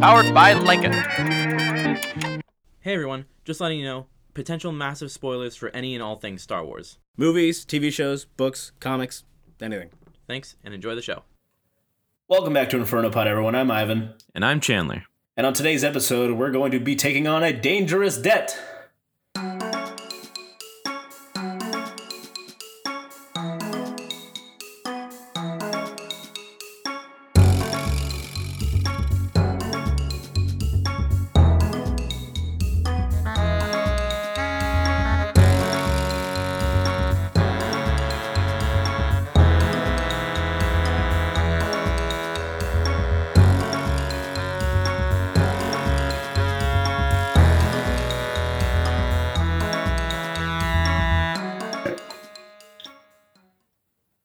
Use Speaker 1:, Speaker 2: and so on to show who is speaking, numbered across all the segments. Speaker 1: Powered by Lincoln.
Speaker 2: Hey everyone, just letting you know potential massive spoilers for any and all things Star Wars.
Speaker 3: Movies, TV shows, books, comics, anything.
Speaker 2: Thanks and enjoy the show.
Speaker 3: Welcome back to Inferno Pod, everyone. I'm Ivan.
Speaker 2: And I'm Chandler.
Speaker 3: And on today's episode, we're going to be taking on a dangerous debt.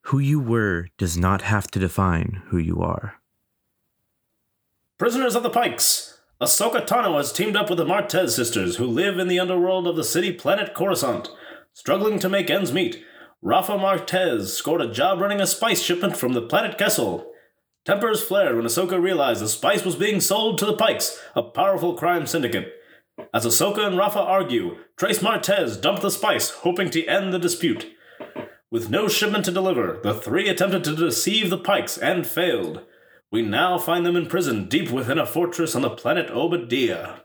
Speaker 2: Who you were does not have to define who you are.
Speaker 3: Prisoners of the Pikes. Ahsoka Tano has teamed up with the Martez sisters, who live in the underworld of the city planet Coruscant. Struggling to make ends meet, Rafa Martez scored a job running a spice shipment from the planet Kessel. Tempers flared when Ahsoka realized the spice was being sold to the Pikes, a powerful crime syndicate. As Ahsoka and Rafa argue, Trace Martez dumped the spice, hoping to end the dispute. With no shipment to deliver, the three attempted to deceive the Pikes and failed. We now find them imprisoned deep within a fortress on the planet Obadiah.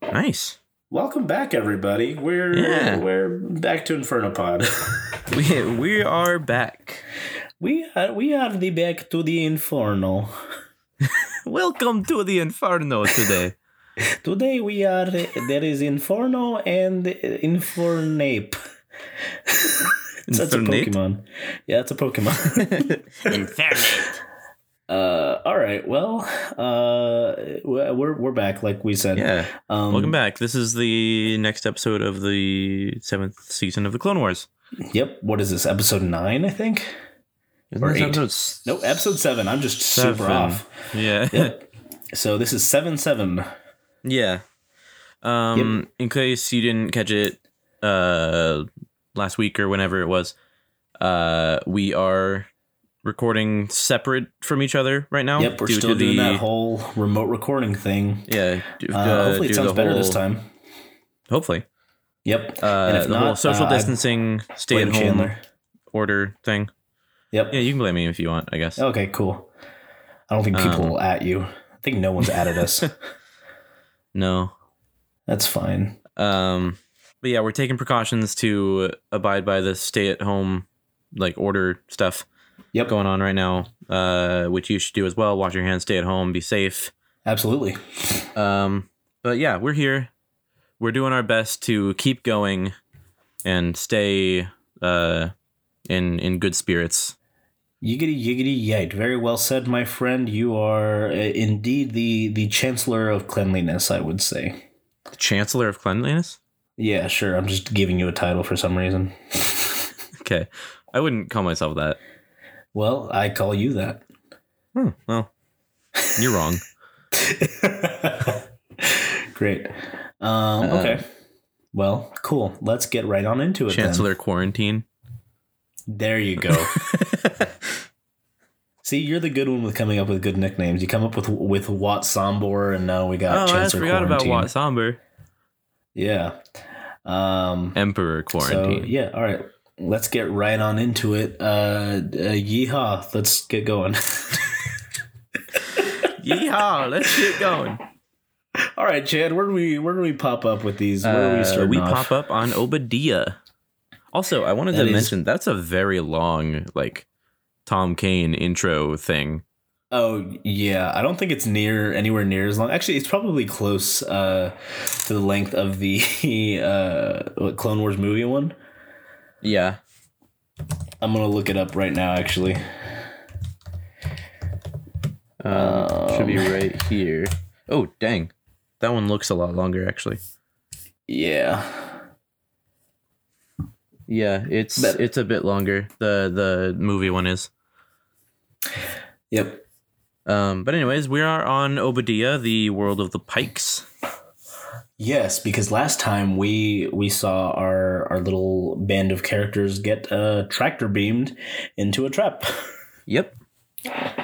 Speaker 2: Nice.
Speaker 3: Welcome back, everybody. We're
Speaker 2: Yeah.
Speaker 3: we're back to Inferno Pod.
Speaker 2: We, we are back.
Speaker 3: we are we are the back to the Inferno.
Speaker 2: Welcome to the Inferno today.
Speaker 3: Today we are there is Inferno and Infernape. That's a
Speaker 2: Infernape?
Speaker 3: Pokemon. Yeah, it's a Pokemon.
Speaker 2: Infernape.
Speaker 3: Uh, all right. Well, uh, we're we're back, like we said.
Speaker 2: Yeah.
Speaker 3: Um,
Speaker 2: Welcome back. This is the next episode of the seventh season of the Clone Wars.
Speaker 3: Yep. What is this? Episode nine, I think.
Speaker 2: Isn't
Speaker 3: Or
Speaker 2: this
Speaker 3: eight.
Speaker 2: episode s-
Speaker 3: No, episode seven. I'm just super
Speaker 2: Seven.
Speaker 3: off.
Speaker 2: Yeah.
Speaker 3: Yep. so this is seven seven.
Speaker 2: Yeah. Um, in case you didn't catch it uh last week or whenever it was, uh we are recording separate from each other right now.
Speaker 3: Yep. We're
Speaker 2: due
Speaker 3: still
Speaker 2: to
Speaker 3: doing
Speaker 2: the-
Speaker 3: that whole remote recording thing.
Speaker 2: Yeah. d-
Speaker 3: Uh,
Speaker 2: uh,
Speaker 3: hopefully,
Speaker 2: due to the
Speaker 3: it sounds better this
Speaker 2: whole-
Speaker 3: time.
Speaker 2: Hopefully.
Speaker 3: Yep.
Speaker 2: Uh
Speaker 3: And if
Speaker 2: the
Speaker 3: not,
Speaker 2: whole social
Speaker 3: uh, I
Speaker 2: distancing, stay at
Speaker 3: Blame
Speaker 2: home
Speaker 3: Chandler.
Speaker 2: order thing.
Speaker 3: Yep.
Speaker 2: Yeah, you can blame me if you want, I guess.
Speaker 3: Okay. Cool. I don't think people
Speaker 2: Um,
Speaker 3: will at you. I think no one's added us.
Speaker 2: No.
Speaker 3: That's fine.
Speaker 2: Um, but yeah, we're taking precautions to abide by the stay-at-home like order stuff
Speaker 3: Yep.
Speaker 2: going on right now, uh, which you should do as well. Wash your hands, stay at home, be safe.
Speaker 3: Absolutely.
Speaker 2: Um, but yeah, we're here. We're doing our best to keep going and stay uh, in in good spirits.
Speaker 3: Yiggity yiggity yite. Very well said, my friend. You are uh, indeed the the chancellor of cleanliness, I would say.
Speaker 2: The Chancellor of Cleanliness.
Speaker 3: Yeah, sure. I'm just giving you a title for some reason.
Speaker 2: Okay, I wouldn't call myself that.
Speaker 3: Well, I call you that.
Speaker 2: Hmm, well, you're wrong.
Speaker 3: Great. Um,
Speaker 2: Uh,
Speaker 3: okay. Well, cool. Let's get right on into it. then.
Speaker 2: Chancellor Quarantine.
Speaker 3: There you go. See, you're the good one with coming up with good nicknames. You come up with with Wat Sombor, and now we got
Speaker 2: oh, I
Speaker 3: Chancellor
Speaker 2: forgot about
Speaker 3: Quarantine.
Speaker 2: Wat Somber.
Speaker 3: Yeah. Um,
Speaker 2: Emperor Quarantine.
Speaker 3: So yeah, all right. Let's get right on into it. Uh, uh yeehaw! Let's get going.
Speaker 2: Yeehaw! Let's get going.
Speaker 3: all right, Chad. Where do we where do we pop up with these? Where do we
Speaker 2: Uh,
Speaker 3: start?
Speaker 2: we pop up on Obadiah. Also, I wanted
Speaker 3: That
Speaker 2: to
Speaker 3: is-
Speaker 2: mention that's a very long, like Tom Kane intro thing.
Speaker 3: Oh yeah, I don't think it's near anywhere near as long. Actually, it's probably close uh, to the length of the uh, what, Clone Wars movie one.
Speaker 2: Yeah,
Speaker 3: I'm gonna look it up right now. Actually,
Speaker 2: um, should be right here. Oh, dang, that one looks a lot longer actually.
Speaker 3: yeah,
Speaker 2: Yeah, it's
Speaker 3: But-
Speaker 2: it's a bit longer. The the movie one is.
Speaker 3: yep.
Speaker 2: Um, but anyways, we are on Obadiah, the world of the Pikes.
Speaker 3: Yes, because last time we we saw our our little band of characters get uh, tractor beamed into a trap.
Speaker 2: Yep.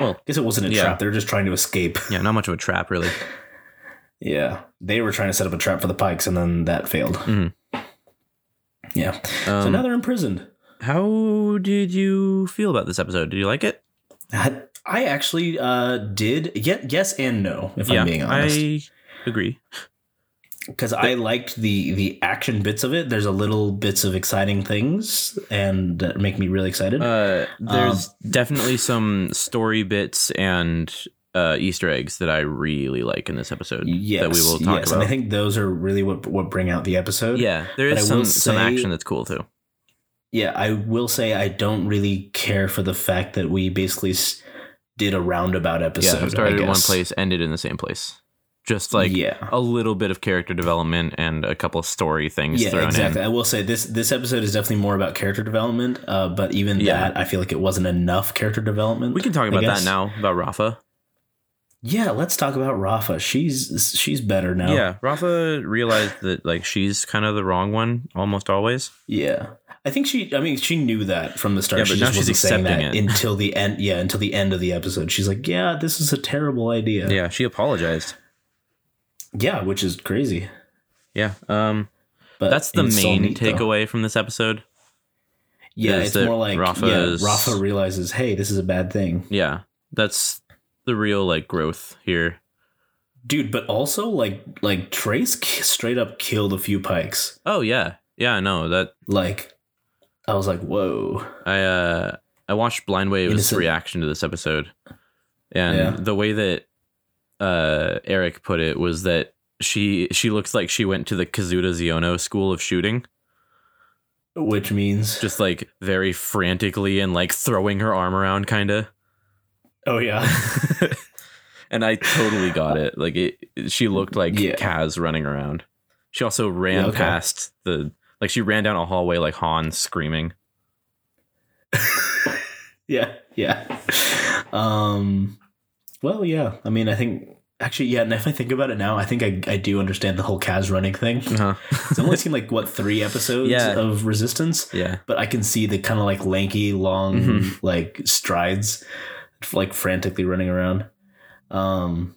Speaker 2: Well,
Speaker 3: guess it wasn't a
Speaker 2: Yeah.
Speaker 3: trap. They were just trying to escape.
Speaker 2: yeah, not much of a trap really.
Speaker 3: Yeah. They were trying to set up a trap for the Pikes, and then that failed.
Speaker 2: Mhm.
Speaker 3: Yeah. so
Speaker 2: Um,
Speaker 3: now they're imprisoned.
Speaker 2: How did you feel about this episode? Did you like it?
Speaker 3: I, I actually uh, did. Yet, yes and no, if
Speaker 2: yeah,
Speaker 3: I'm being honest.
Speaker 2: I agree.
Speaker 3: because I liked the the action bits of it. There's a little bits of exciting things and that make me really excited.
Speaker 2: Uh, there's definitely some story bits and uh, Easter eggs that I really like in this episode.
Speaker 3: yes,
Speaker 2: that we will talk
Speaker 3: yes,
Speaker 2: about.
Speaker 3: and I think those are really what what bring out the episode.
Speaker 2: yeah, there
Speaker 3: but
Speaker 2: is
Speaker 3: I
Speaker 2: some
Speaker 3: will
Speaker 2: some
Speaker 3: say-
Speaker 2: action that's cool too.
Speaker 3: yeah. I will say I don't really care for the fact that we basically s- did a roundabout episode.
Speaker 2: yeah,
Speaker 3: I
Speaker 2: started in one
Speaker 3: guess.
Speaker 2: place, ended in the same place. Just like
Speaker 3: yeah,
Speaker 2: a little bit of character development and a couple of story things
Speaker 3: yeah,
Speaker 2: thrown
Speaker 3: exactly.
Speaker 2: in.
Speaker 3: I will say this this episode is definitely more about character development. Uh, but even
Speaker 2: Yeah.
Speaker 3: that, I feel like it wasn't enough character development.
Speaker 2: We can talk
Speaker 3: I
Speaker 2: about that
Speaker 3: guess.
Speaker 2: now about Rafa.
Speaker 3: Yeah, let's talk about Rafa. She's she's better now.
Speaker 2: Yeah, Rafa realized that like she's kind of the wrong one almost always.
Speaker 3: Yeah. I think she I mean she knew that from the start.
Speaker 2: Yeah,
Speaker 3: she
Speaker 2: but now
Speaker 3: just
Speaker 2: she's
Speaker 3: wasn't saying that
Speaker 2: accepting it.
Speaker 3: until the end yeah, until the end of the episode. She's like, Yeah, this is a terrible idea.
Speaker 2: Yeah, she apologized.
Speaker 3: Yeah, which is crazy.
Speaker 2: Yeah. Um
Speaker 3: But
Speaker 2: that's the
Speaker 3: it's still
Speaker 2: main
Speaker 3: neat, though.
Speaker 2: takeaway from this episode.
Speaker 3: Yeah,
Speaker 2: is
Speaker 3: it's
Speaker 2: that
Speaker 3: more like
Speaker 2: Rafa
Speaker 3: yeah,
Speaker 2: is-
Speaker 3: Rafa realizes, hey, this is a bad thing.
Speaker 2: Yeah. That's the real like growth here.
Speaker 3: Dude, but also like like Trace k- straight up killed a few pikes.
Speaker 2: Oh yeah. Yeah, no, that
Speaker 3: Like I was like, whoa.
Speaker 2: I uh I watched Blind Wave's
Speaker 3: Innocent.
Speaker 2: reaction to this episode. And
Speaker 3: Yeah.
Speaker 2: the way that uh Eric put it was that she she looks like she went to the Kazuta Ziono school of shooting,
Speaker 3: Which means
Speaker 2: just like very frantically and like throwing her arm around kinda.
Speaker 3: Oh yeah.
Speaker 2: and I totally got it. Like it, she looked like
Speaker 3: Yeah.
Speaker 2: Kaz running around. She also ran
Speaker 3: Yeah, okay.
Speaker 2: past the like she ran down a hallway like Han screaming.
Speaker 3: yeah yeah um well yeah i mean i think actually yeah and if i think about it now i think i, I do understand the whole kaz running thing
Speaker 2: Uh-huh.
Speaker 3: it's only seen like what three episodes
Speaker 2: Yeah.
Speaker 3: of resistance
Speaker 2: Yeah.
Speaker 3: but i can see the kind of like lanky long
Speaker 2: Mhm.
Speaker 3: like strides like frantically running around um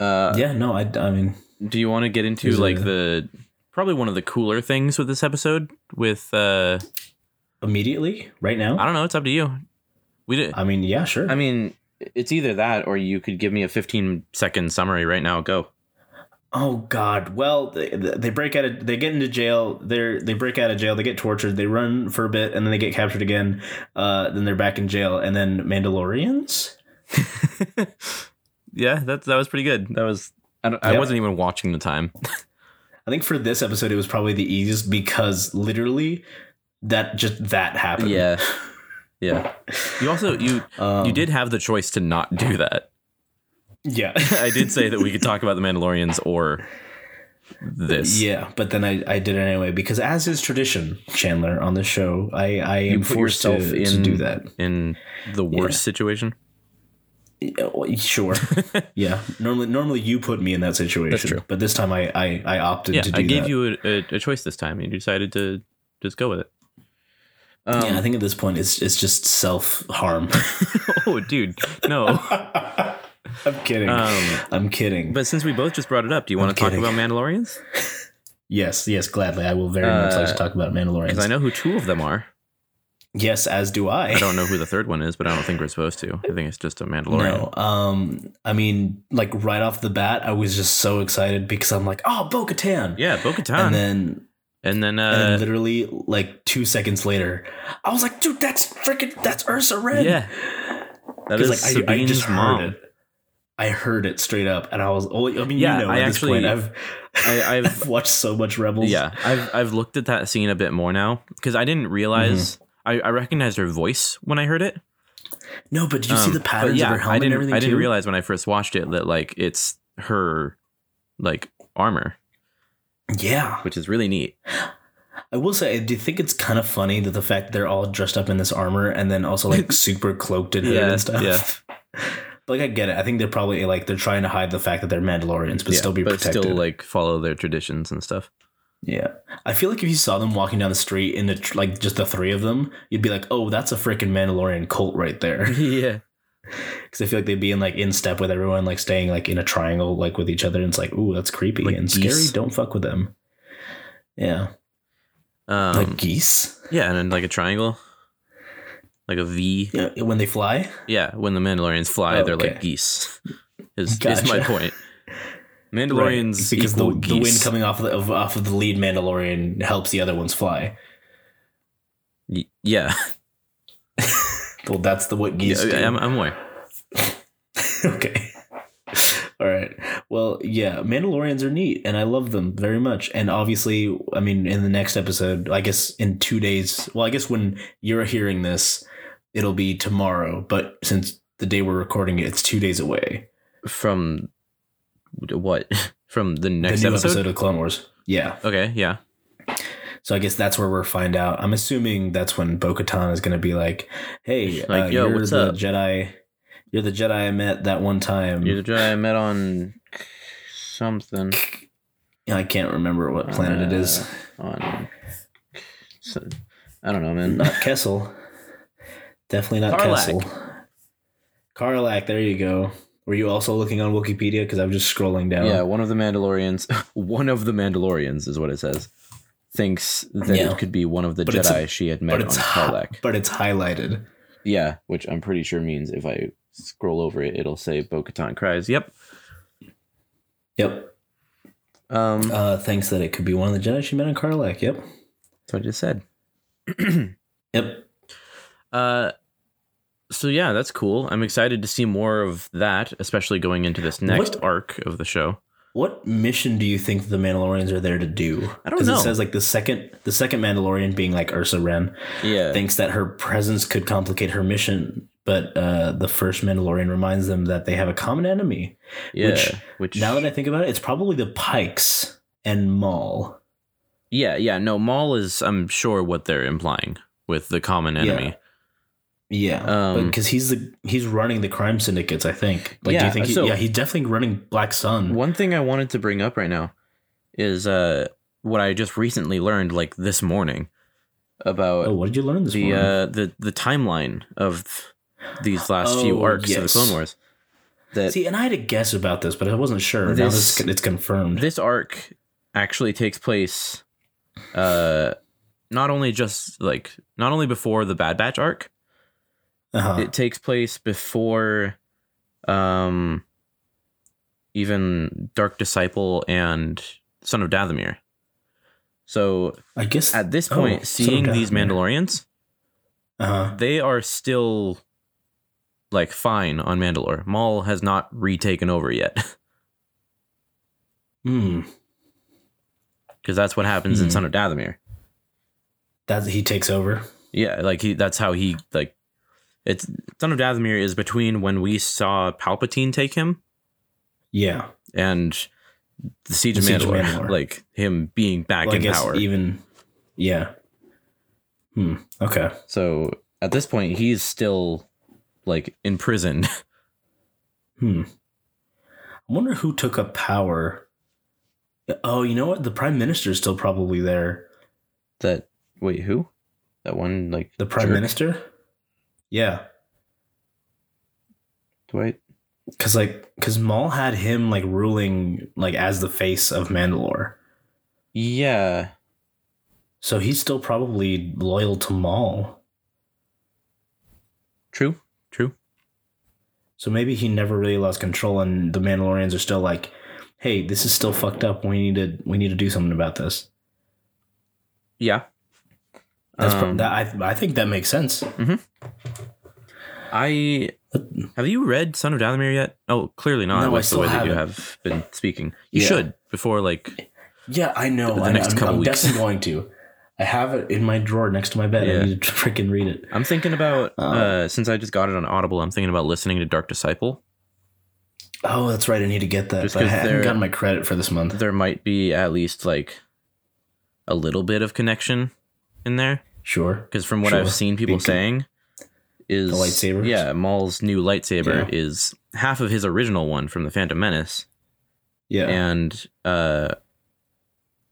Speaker 2: Uh,
Speaker 3: yeah no i i mean
Speaker 2: Do you want to get into
Speaker 3: There's
Speaker 2: like
Speaker 3: a-
Speaker 2: the probably one of the cooler things with this episode? With uh,
Speaker 3: immediately right
Speaker 2: I
Speaker 3: now
Speaker 2: don't know. It's up to you. We did.
Speaker 3: i mean yeah sure
Speaker 2: Uh, I mean, it's either that or you could give me a fifteen second summary right now. Go.
Speaker 3: Oh God! Well, they, they break out of they get into jail. They're they break out of jail. They get tortured. They run for a bit, and then they get captured again. Uh, then they're back in jail, and then Mandalorians.
Speaker 2: yeah, that that was pretty good. That was. I, don't, I
Speaker 3: Yep.
Speaker 2: wasn't even watching the time.
Speaker 3: I think for this episode, it was probably the easiest because literally that just that happened.
Speaker 2: yeah. You also you
Speaker 3: Um,
Speaker 2: you did have the choice to not do that.
Speaker 3: Yeah,
Speaker 2: I did say that we could talk about the Mandalorians or this.
Speaker 3: yeah, but then I, I did it anyway because as is tradition, Chandler on the show, I I am
Speaker 2: You put
Speaker 3: forced to,
Speaker 2: yourself in
Speaker 3: to do that.
Speaker 2: in the worst situation.
Speaker 3: Yeah, well, Sure. yeah. Normally, normally you put me in that situation.
Speaker 2: true.
Speaker 3: But this time, I I, I opted
Speaker 2: Yeah,
Speaker 3: to do
Speaker 2: I gave
Speaker 3: that.
Speaker 2: you a, a, a choice this time, and you decided to just go with it. Um,
Speaker 3: yeah, I think at this point, it's it's just self harm.
Speaker 2: oh, dude, no.
Speaker 3: I'm kidding.
Speaker 2: Um,
Speaker 3: I'm kidding.
Speaker 2: but since we both just brought it up, do you want
Speaker 3: I'm
Speaker 2: to talk
Speaker 3: kidding.
Speaker 2: about Mandalorians?
Speaker 3: yes, yes, gladly. I will very much like to
Speaker 2: Uh,
Speaker 3: talk about Mandalorians.
Speaker 2: Because I know who two of them are.
Speaker 3: Yes, as do I.
Speaker 2: I don't know who the third one is, but I don't think we're supposed to. I think it's just a Mandalorian.
Speaker 3: No, um, I mean, like right off the bat, I was just so excited because I'm like, oh, Bo Katan.
Speaker 2: Yeah, Bo Katan.
Speaker 3: And then,
Speaker 2: and then,
Speaker 3: and then
Speaker 2: uh,
Speaker 3: literally like two seconds later, I was like, dude, that's freaking, that's Ursa Red.
Speaker 2: yeah. That is
Speaker 3: Because like I, I
Speaker 2: Sabine's
Speaker 3: just
Speaker 2: mom.
Speaker 3: heard it. I heard it straight up, and I was. Oh, I mean,
Speaker 2: Yeah,
Speaker 3: you know,
Speaker 2: I
Speaker 3: at this point,
Speaker 2: actually-
Speaker 3: I've,
Speaker 2: I, I've
Speaker 3: I've watched so much Rebels.
Speaker 2: Yeah, I've I've looked at that scene a bit more now because I didn't realize
Speaker 3: Mm-hmm.
Speaker 2: I, I recognized her voice when I heard it.
Speaker 3: No, but did you see
Speaker 2: Um,
Speaker 3: the
Speaker 2: but
Speaker 3: patterns
Speaker 2: yeah,
Speaker 3: of her helmet
Speaker 2: I didn't,
Speaker 3: and everything?
Speaker 2: I didn't
Speaker 3: too?
Speaker 2: realize when I first watched it that like it's her like armor,
Speaker 3: Yeah,
Speaker 2: which is really neat.
Speaker 3: I will say, I do think it's kind of funny that the fact they're all dressed up in this armor and then also like super cloaked and hooded
Speaker 2: Yeah,
Speaker 3: and stuff. But like, I get it. I think they're probably like they're trying to hide the fact that they're Mandalorians, but
Speaker 2: Yeah,
Speaker 3: still be
Speaker 2: but
Speaker 3: protected.
Speaker 2: still like follow their traditions and stuff.
Speaker 3: yeah, I feel like if you saw them walking down the street
Speaker 2: Mm-hmm.
Speaker 3: in the tr- like just the three of them, you'd be like, "Oh, that's a freaking Mandalorian cult right there."
Speaker 2: yeah,
Speaker 3: because I feel like they'd be in like in step with everyone, like staying like in a triangle, like with each other. And it's like, ooh, that's creepy
Speaker 2: Like
Speaker 3: and
Speaker 2: geese.
Speaker 3: scary. Don't fuck with them. Yeah,
Speaker 2: Um,
Speaker 3: like geese.
Speaker 2: yeah, and then like a triangle, like a V.
Speaker 3: Yeah, when they fly.
Speaker 2: Yeah, when the Mandalorians fly,
Speaker 3: Oh,
Speaker 2: they're like
Speaker 3: okay.
Speaker 2: geese. Is is my
Speaker 3: Gotcha.
Speaker 2: point. Mandalorians
Speaker 3: because the,
Speaker 2: equal
Speaker 3: the
Speaker 2: geese.
Speaker 3: wind coming off of the, of, off of the lead Mandalorian helps the other ones fly.
Speaker 2: Y- yeah,
Speaker 3: Well, that's the what geese do.
Speaker 2: yeah I'm, I'm aware.
Speaker 3: okay. All right. Well, yeah, Mandalorians are neat, and I love them very much. And obviously, I mean, in the next episode, I guess in two days. Well, I guess when you're hearing this, it'll be tomorrow. But since the day we're recording it, it's two days away.
Speaker 2: From what? From the next
Speaker 3: the new
Speaker 2: episode?
Speaker 3: episode of Clone Wars. Yeah.
Speaker 2: Okay, yeah.
Speaker 3: So I guess that's where we'll find out. I'm assuming that's when Bo-Katan is going to be like, "Hey,
Speaker 2: Like,
Speaker 3: uh,
Speaker 2: yo,
Speaker 3: you're
Speaker 2: what's
Speaker 3: the
Speaker 2: up?"
Speaker 3: Jedi. You're the Jedi I met that one time.
Speaker 2: You're the Jedi I met on something
Speaker 3: I can't remember what planet it
Speaker 2: Uh,
Speaker 3: is.
Speaker 2: on. so- I don't know, man.
Speaker 3: not Kessel. Definitely not
Speaker 2: Karlak.
Speaker 3: Kessel. Karlak, there you go. Were you also looking on Wikipedia? Because I'm just scrolling down.
Speaker 2: Yeah, one of the Mandalorians, one of the Mandalorians is what it says, thinks that
Speaker 3: Yeah.
Speaker 2: it could be one of the
Speaker 3: But it's-
Speaker 2: Jedi she had met
Speaker 3: but
Speaker 2: on
Speaker 3: it's
Speaker 2: Karlak.
Speaker 3: but it's highlighted.
Speaker 2: Yeah, which I'm pretty sure means if I scroll over it, it'll say Bo-Katan cries. Yep.
Speaker 3: Yep.
Speaker 2: Um,
Speaker 3: Uh, thanks that it could be one of the Jedi she met on Karlak. Yep.
Speaker 2: that's what I just said.
Speaker 3: Yep.
Speaker 2: Uh, so yeah, that's cool. I'm excited to see more of that, especially going into this next
Speaker 3: What-
Speaker 2: arc of the show.
Speaker 3: What mission do you think the Mandalorians are there to do?
Speaker 2: I don't
Speaker 3: 'Cause
Speaker 2: know.
Speaker 3: It says like the second, the second Mandalorian being like Ursa Ren
Speaker 2: Yeah.
Speaker 3: thinks that her presence could complicate her mission, but uh, the first Mandalorian reminds them that they have a common enemy.
Speaker 2: yeah.
Speaker 3: which-
Speaker 2: Which,
Speaker 3: Now that I think about it, it's probably the Pikes and Maul.
Speaker 2: yeah, yeah, no, Maul is I'm sure what they're implying with the common enemy.
Speaker 3: Yeah,
Speaker 2: Um,
Speaker 3: because he's the he's running the crime syndicates. I think. Like, do
Speaker 2: Yeah,
Speaker 3: you think? He,
Speaker 2: so-
Speaker 3: yeah, he's definitely running Black Sun.
Speaker 2: One thing I wanted to bring up right now is uh what I just recently learned like this morning about
Speaker 3: Oh, what did you learn this
Speaker 2: the
Speaker 3: morning?
Speaker 2: uh, the the timeline of these last few
Speaker 3: Oh,
Speaker 2: arcs of the
Speaker 3: yes.
Speaker 2: Clone Wars. That
Speaker 3: See, and I had a guess about this, but I wasn't sure. now
Speaker 2: This-
Speaker 3: this it's confirmed.
Speaker 2: this arc actually takes place, uh, not only just like not only before the Bad Batch arc,
Speaker 3: uh-huh.
Speaker 2: it takes place before, um, even Dark Disciple and Son of Dathomir. So
Speaker 3: I guess.
Speaker 2: at this
Speaker 3: Oh,
Speaker 2: point,
Speaker 3: Son of
Speaker 2: seeing these
Speaker 3: Dathomir.
Speaker 2: Mandalorians,
Speaker 3: uh-huh.
Speaker 2: they are still like fine on Mandalore. Maul has not retaken over yet
Speaker 3: Hmm.
Speaker 2: because that's what happens in
Speaker 3: Mhm.
Speaker 2: Son of Dathomir.
Speaker 3: That he takes over.
Speaker 2: Yeah, like he that's how he like it's Son of Dathomir is between when we saw Palpatine take him
Speaker 3: Yeah.
Speaker 2: and the Siege,
Speaker 3: The
Speaker 2: of,
Speaker 3: Siege of
Speaker 2: Mandalore,
Speaker 3: Mandalore.
Speaker 2: like him being back
Speaker 3: Well, I
Speaker 2: in
Speaker 3: guess e-
Speaker 2: power.
Speaker 3: even. Yeah. Hmm. Okay.
Speaker 2: so at this point he's still like imprisoned.
Speaker 3: Hmm. I wonder who took up power. Oh, you know what? The prime minister's still probably there.
Speaker 2: that wait, who? That one like
Speaker 3: The prime
Speaker 2: jerk?
Speaker 3: minister? Yeah.
Speaker 2: Dwight?
Speaker 3: Cause like, cause Maul had him like ruling like as the face of Mandalore,
Speaker 2: Yeah.
Speaker 3: so he's still probably loyal to Maul.
Speaker 2: True. True.
Speaker 3: So maybe he never really lost control, and the Mandalorians are still like, "Hey, this is still fucked up. We need to we need to do something about this."
Speaker 2: Yeah.
Speaker 3: That's
Speaker 2: Um,
Speaker 3: pro- that I I think that makes sense.
Speaker 2: I have you read Son of Dathomir yet? Oh, clearly not.
Speaker 3: No, I
Speaker 2: That's
Speaker 3: still
Speaker 2: the way that you
Speaker 3: haven't.
Speaker 2: have been speaking. You
Speaker 3: Yeah.
Speaker 2: should before like
Speaker 3: Yeah, I know.
Speaker 2: The
Speaker 3: I
Speaker 2: next
Speaker 3: am
Speaker 2: couple
Speaker 3: I'm
Speaker 2: weeks.
Speaker 3: definitely going to. I have it in my drawer next to my bed.
Speaker 2: Yeah.
Speaker 3: I need to freaking read it.
Speaker 2: I'm thinking about
Speaker 3: Um,
Speaker 2: uh since I just got it on Audible, I'm thinking about listening to Dark Disciple.
Speaker 3: Oh, that's right. I need to get that.
Speaker 2: Just
Speaker 3: But I
Speaker 2: 'cause they're-
Speaker 3: haven't gotten my credit for this month.
Speaker 2: There might be at least like a little bit of connection in there
Speaker 3: Sure.
Speaker 2: because from what
Speaker 3: Sure.
Speaker 2: I've seen people
Speaker 3: Big-
Speaker 2: saying is
Speaker 3: The lightsabers?
Speaker 2: Yeah, Maul's new lightsaber
Speaker 3: Yeah.
Speaker 2: is half of his original one from the Phantom Menace.
Speaker 3: Yeah.
Speaker 2: and uh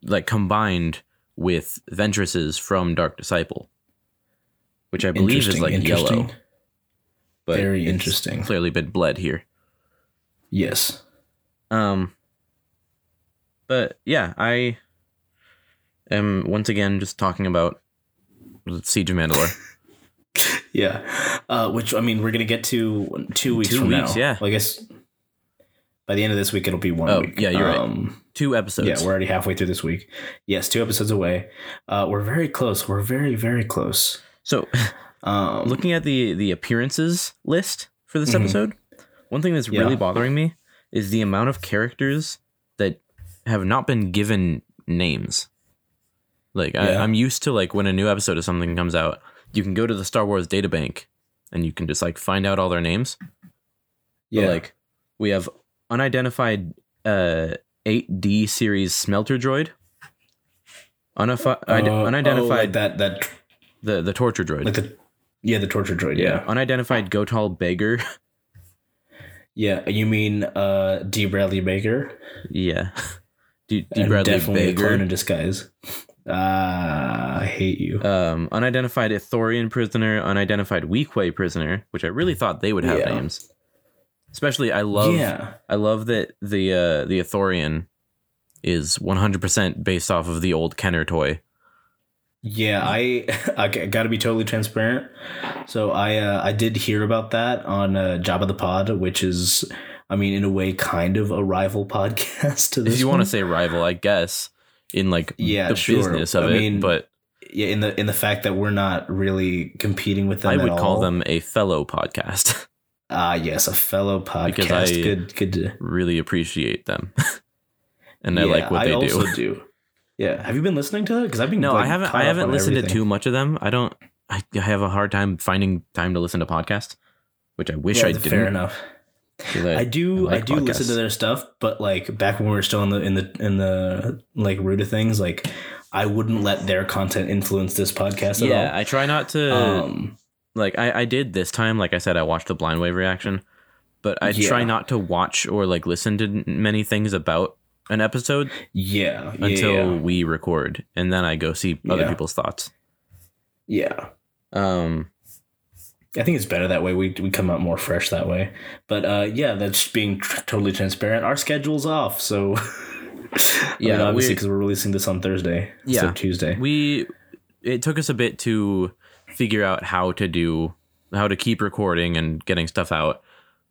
Speaker 2: like combined with Ventress's from Dark Disciple, which I believe is
Speaker 3: Interesting,
Speaker 2: like
Speaker 3: interesting.
Speaker 2: yellow. but
Speaker 3: Very
Speaker 2: it's
Speaker 3: interesting.
Speaker 2: Clearly been bled here.
Speaker 3: Yes.
Speaker 2: Um but yeah, I am once again just talking about Siege of Mandalore.
Speaker 3: Yeah. Uh, which I mean, we're gonna get to two weeks
Speaker 2: Two
Speaker 3: from
Speaker 2: weeks,
Speaker 3: now.
Speaker 2: yeah.
Speaker 3: Well, I guess by the end of this week it'll be one
Speaker 2: Oh,
Speaker 3: week.
Speaker 2: yeah, you're right.
Speaker 3: um,
Speaker 2: Two episodes.
Speaker 3: Yeah, we're already halfway through this week. Yes, two episodes away. Uh, we're very close. We're very very close.
Speaker 2: so
Speaker 3: Um,
Speaker 2: looking at the the appearances list for this
Speaker 3: Mhm.
Speaker 2: episode, one thing that's
Speaker 3: Yeah.
Speaker 2: really bothering me is the amount of characters that have not been given names. Like I,
Speaker 3: Yeah.
Speaker 2: I'm used to like when a new episode of something comes out, you can go to the Star Wars databank and you can just like find out all their names. But,
Speaker 3: yeah,
Speaker 2: like we have unidentified uh 8D series smelter droid. Unifi- ide-
Speaker 3: Uh, oh, like
Speaker 2: unidentified
Speaker 3: that that
Speaker 2: the the torture droid.
Speaker 3: like the yeah the torture droid.
Speaker 2: yeah.
Speaker 3: Yeah,
Speaker 2: Unidentified Gotal Beggar.
Speaker 3: yeah. You mean uh, D. Bradley Baker?
Speaker 2: Yeah. D, D.
Speaker 3: I'm
Speaker 2: Bradley
Speaker 3: definitely a clone in
Speaker 2: Baker.
Speaker 3: disguise. Ah, I hate you.
Speaker 2: Um, unidentified Ithorian prisoner, unidentified Weequay prisoner, which I really thought they would have
Speaker 3: Yeah.
Speaker 2: names. Especially, I love,
Speaker 3: yeah,
Speaker 2: I love that the uh, the Ithorian is 100% based off of the old Kenner toy.
Speaker 3: yeah. I I got to be totally transparent. So I uh, I did hear about that on uh, Job of the Pod, which is. I mean, in a way, kind of a rival podcast to this.
Speaker 2: if you want
Speaker 3: one.
Speaker 2: to say rival, I guess in like
Speaker 3: Yeah,
Speaker 2: the
Speaker 3: sure.
Speaker 2: business of
Speaker 3: I
Speaker 2: it,
Speaker 3: mean,
Speaker 2: but
Speaker 3: yeah, in the in the fact that we're not really competing with them.
Speaker 2: I
Speaker 3: at
Speaker 2: would call
Speaker 3: all.
Speaker 2: them a fellow podcast.
Speaker 3: ah yes, a fellow
Speaker 2: Because
Speaker 3: podcast.
Speaker 2: I-
Speaker 3: good, good.
Speaker 2: really appreciate them, and I
Speaker 3: Yeah,
Speaker 2: like what they
Speaker 3: I
Speaker 2: do.
Speaker 3: also do. Yeah, have you been listening to it? Because I've been
Speaker 2: No,
Speaker 3: like,
Speaker 2: I haven't.
Speaker 3: caught
Speaker 2: I
Speaker 3: up
Speaker 2: haven't
Speaker 3: on
Speaker 2: listened to
Speaker 3: everything.
Speaker 2: too much of them. I don't. I, I have a hard time finding time to listen to podcasts, which I wish
Speaker 3: Yeah,
Speaker 2: I
Speaker 3: th-
Speaker 2: didn't.
Speaker 3: Fair enough.
Speaker 2: 'cause
Speaker 3: I do.
Speaker 2: I
Speaker 3: I,
Speaker 2: like
Speaker 3: do listen
Speaker 2: podcasts.
Speaker 3: to their stuff, but like back when we were still in the in the in the like root of things, like I wouldn't let their content influence this podcast at
Speaker 2: yeah, I uh, try not to.
Speaker 3: all. Um,
Speaker 2: like I, I did this time. Like I said, I watched the Blind Wave reaction, but I
Speaker 3: Yeah.
Speaker 2: try not to watch or like listen to n- many things about an episode
Speaker 3: yeah, yeah,
Speaker 2: until
Speaker 3: yeah,
Speaker 2: we record, and then I go see other
Speaker 3: Yeah.
Speaker 2: people's thoughts.
Speaker 3: yeah.
Speaker 2: Um,
Speaker 3: I think it's better that way. We, we come out more fresh that way. But uh, yeah, that's being tr- totally transparent. Our schedule's off, so yeah,
Speaker 2: Yeah,
Speaker 3: obviously
Speaker 2: we-
Speaker 3: because we're releasing this on Thursday, instead
Speaker 2: Yeah.
Speaker 3: of Tuesday.
Speaker 2: we it took us a bit to figure out how to do how to keep recording and getting stuff out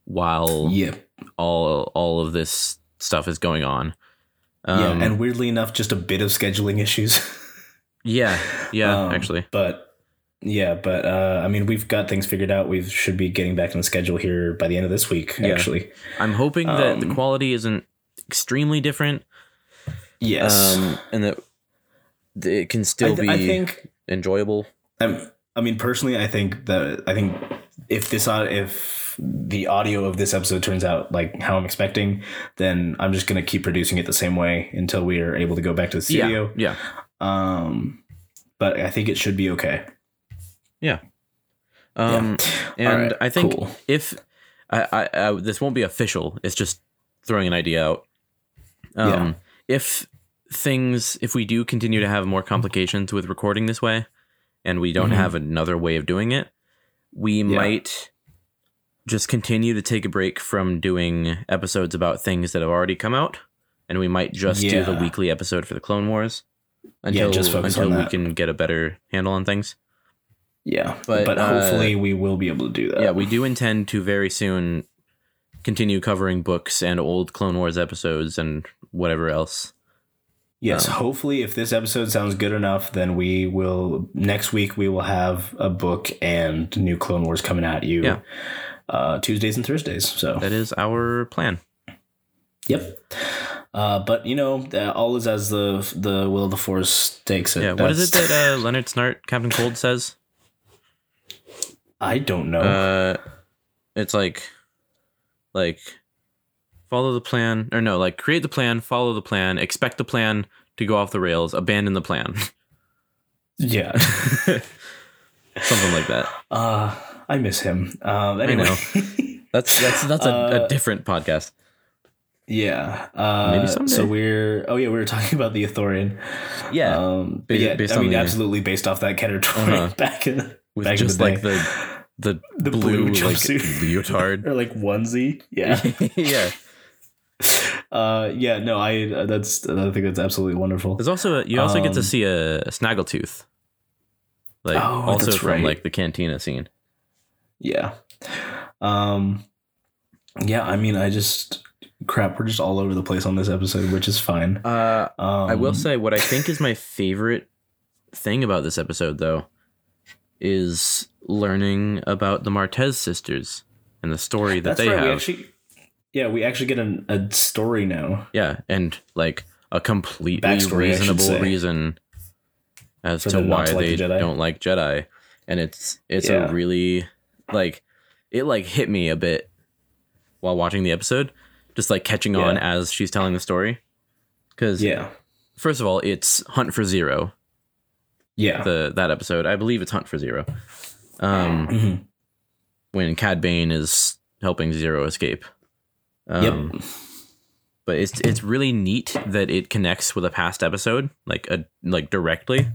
Speaker 2: while
Speaker 3: yeah,
Speaker 2: all all of this stuff is going on.
Speaker 3: yeah,
Speaker 2: Um, yeah,
Speaker 3: and weirdly enough, just a bit of scheduling issues.
Speaker 2: yeah,
Speaker 3: Um,
Speaker 2: actually,
Speaker 3: but yeah, but uh, I mean, we've got things figured out. We should be getting back on the schedule here by the end of this week.
Speaker 2: Yeah.
Speaker 3: Actually,
Speaker 2: I'm hoping that the
Speaker 3: um,
Speaker 2: quality isn't extremely different,
Speaker 3: yes,
Speaker 2: um, and that th- it can
Speaker 3: I,
Speaker 2: still
Speaker 3: th-
Speaker 2: be
Speaker 3: I think
Speaker 2: enjoyable.
Speaker 3: i I mean, personally, I think the I think if this au- if the audio of this episode turns out like how I'm expecting, then I'm just gonna keep producing it the same way until we are able to go back to the studio.
Speaker 2: Yeah,
Speaker 3: Um, but I think it should be okay.
Speaker 2: yeah. Um,
Speaker 3: All
Speaker 2: and
Speaker 3: right,
Speaker 2: I think
Speaker 3: cool.
Speaker 2: if I, I, I this won't be official, it's just throwing an idea out. Um,
Speaker 3: Yeah.
Speaker 2: If things, if we do continue to have more complications with recording this way, and we don't
Speaker 3: Mhm.
Speaker 2: have another way of doing it, we might just continue to take a break from doing episodes about things that have already come out, and we might just do the
Speaker 3: Yeah.
Speaker 2: weekly episode for the Clone Wars until
Speaker 3: just focus
Speaker 2: until
Speaker 3: on
Speaker 2: we
Speaker 3: that.
Speaker 2: can get a better handle on things.
Speaker 3: yeah,
Speaker 2: but,
Speaker 3: but,
Speaker 2: uh,
Speaker 3: hopefully we will be able to do that.
Speaker 2: yeah, we do intend to very soon continue covering books and old Clone Wars episodes and whatever else.
Speaker 3: yes.
Speaker 2: um,
Speaker 3: hopefully, if this episode sounds good enough, then we will next week we will have a book and new Clone Wars coming at you.
Speaker 2: Yeah.
Speaker 3: Uh, Tuesdays and Thursdays. So
Speaker 2: That is our plan.
Speaker 3: Yep. Uh, but you know, uh, all is as the the will of the force takes it.
Speaker 2: Yeah. What is it
Speaker 3: That's-
Speaker 2: that uh, Leonard Snart, Captain Cold says?
Speaker 3: I don't know.
Speaker 2: Uh, it's like, like, follow the plan, or no, like create the plan, follow the plan, expect the plan to go off the rails, abandon the plan,
Speaker 3: yeah.
Speaker 2: something like that.
Speaker 3: Uh, I miss him. Um, anyway.
Speaker 2: That's that's that's a,
Speaker 3: Uh,
Speaker 2: a different podcast.
Speaker 3: yeah. Uh,
Speaker 2: Maybe someday.
Speaker 3: So we're. Oh yeah, we were talking about the Ithorian.
Speaker 2: Yeah,
Speaker 3: Um, but
Speaker 2: Based-
Speaker 3: yeah,
Speaker 2: based
Speaker 3: I
Speaker 2: on
Speaker 3: mean,
Speaker 2: the-
Speaker 3: absolutely based off that Kenner toy
Speaker 2: Uh-huh.
Speaker 3: back in.
Speaker 2: with
Speaker 3: back in
Speaker 2: just
Speaker 3: the
Speaker 2: like
Speaker 3: day.
Speaker 2: the the,
Speaker 3: The
Speaker 2: blue,
Speaker 3: blue
Speaker 2: like
Speaker 3: jumpsuit.
Speaker 2: leotard.
Speaker 3: or like onesie. Yeah.
Speaker 2: yeah.
Speaker 3: uh, yeah. No, I. Uh, that's. I think that's absolutely wonderful.
Speaker 2: There's also a, you also get to
Speaker 3: Um,
Speaker 2: see a, a snaggletooth, like
Speaker 3: Oh,
Speaker 2: also
Speaker 3: that's
Speaker 2: from
Speaker 3: right.
Speaker 2: like the cantina scene.
Speaker 3: Yeah. Um. Yeah. I mean, I just crap. We're just all over the place on this episode, which is fine.
Speaker 2: Uh,
Speaker 3: Um,
Speaker 2: I will say what I think is my favorite thing about this episode, though, is learning about the Martez sisters and the story that
Speaker 3: that's
Speaker 2: they
Speaker 3: right. We
Speaker 2: have.
Speaker 3: actually. Yeah, we actually get an, a story now
Speaker 2: yeah, and like a completely
Speaker 3: Backstory, I should
Speaker 2: reasonable
Speaker 3: say.
Speaker 2: reason as
Speaker 3: For
Speaker 2: to
Speaker 3: them not
Speaker 2: why
Speaker 3: to like
Speaker 2: they
Speaker 3: the Jedi.
Speaker 2: don't like Jedi, and it's it's
Speaker 3: Yeah.
Speaker 2: a really like it like hit me a bit while watching the episode, just like catching on as she's telling the story. Because
Speaker 3: yeah
Speaker 2: first of all, it's Hunt for Zero,
Speaker 3: yeah
Speaker 2: the that episode. I believe it's Hunt for Zero. Um,
Speaker 3: Mhm.
Speaker 2: when Cad Bane is helping Zero escape. Um,
Speaker 3: yep
Speaker 2: But it's it's really neat that it connects with a past episode, like a like directly.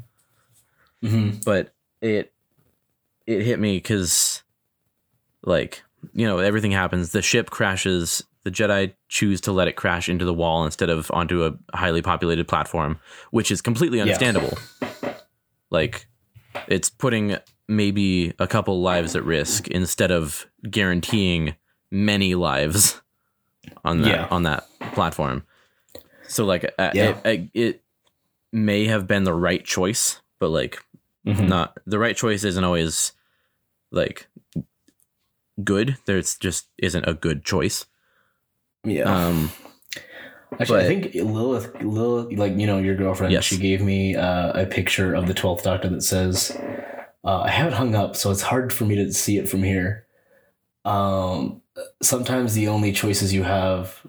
Speaker 3: hmm
Speaker 2: But it it hit me because, like you know, everything happens. The ship crashes. The Jedi choose to let it crash into the wall instead of onto a highly populated platform, which is completely understandable. Like it's putting maybe a couple lives at risk instead of guaranteeing many lives on that
Speaker 3: Yeah.
Speaker 2: on that platform. So like uh,
Speaker 3: Yeah.
Speaker 2: it, it, it may have been the right choice, but like
Speaker 3: Mhm.
Speaker 2: not the right choice isn't always like good. There's just isn't a good choice.
Speaker 3: yeah
Speaker 2: Um
Speaker 3: Actually,
Speaker 2: but-
Speaker 3: I think Lilith, Lilith, like you know, your girlfriend,
Speaker 2: Yes.
Speaker 3: she gave me uh, a picture of the Twelfth Doctor that says, uh, "I have it hung up, so it's hard for me to see it from here." Um, sometimes the only choices you have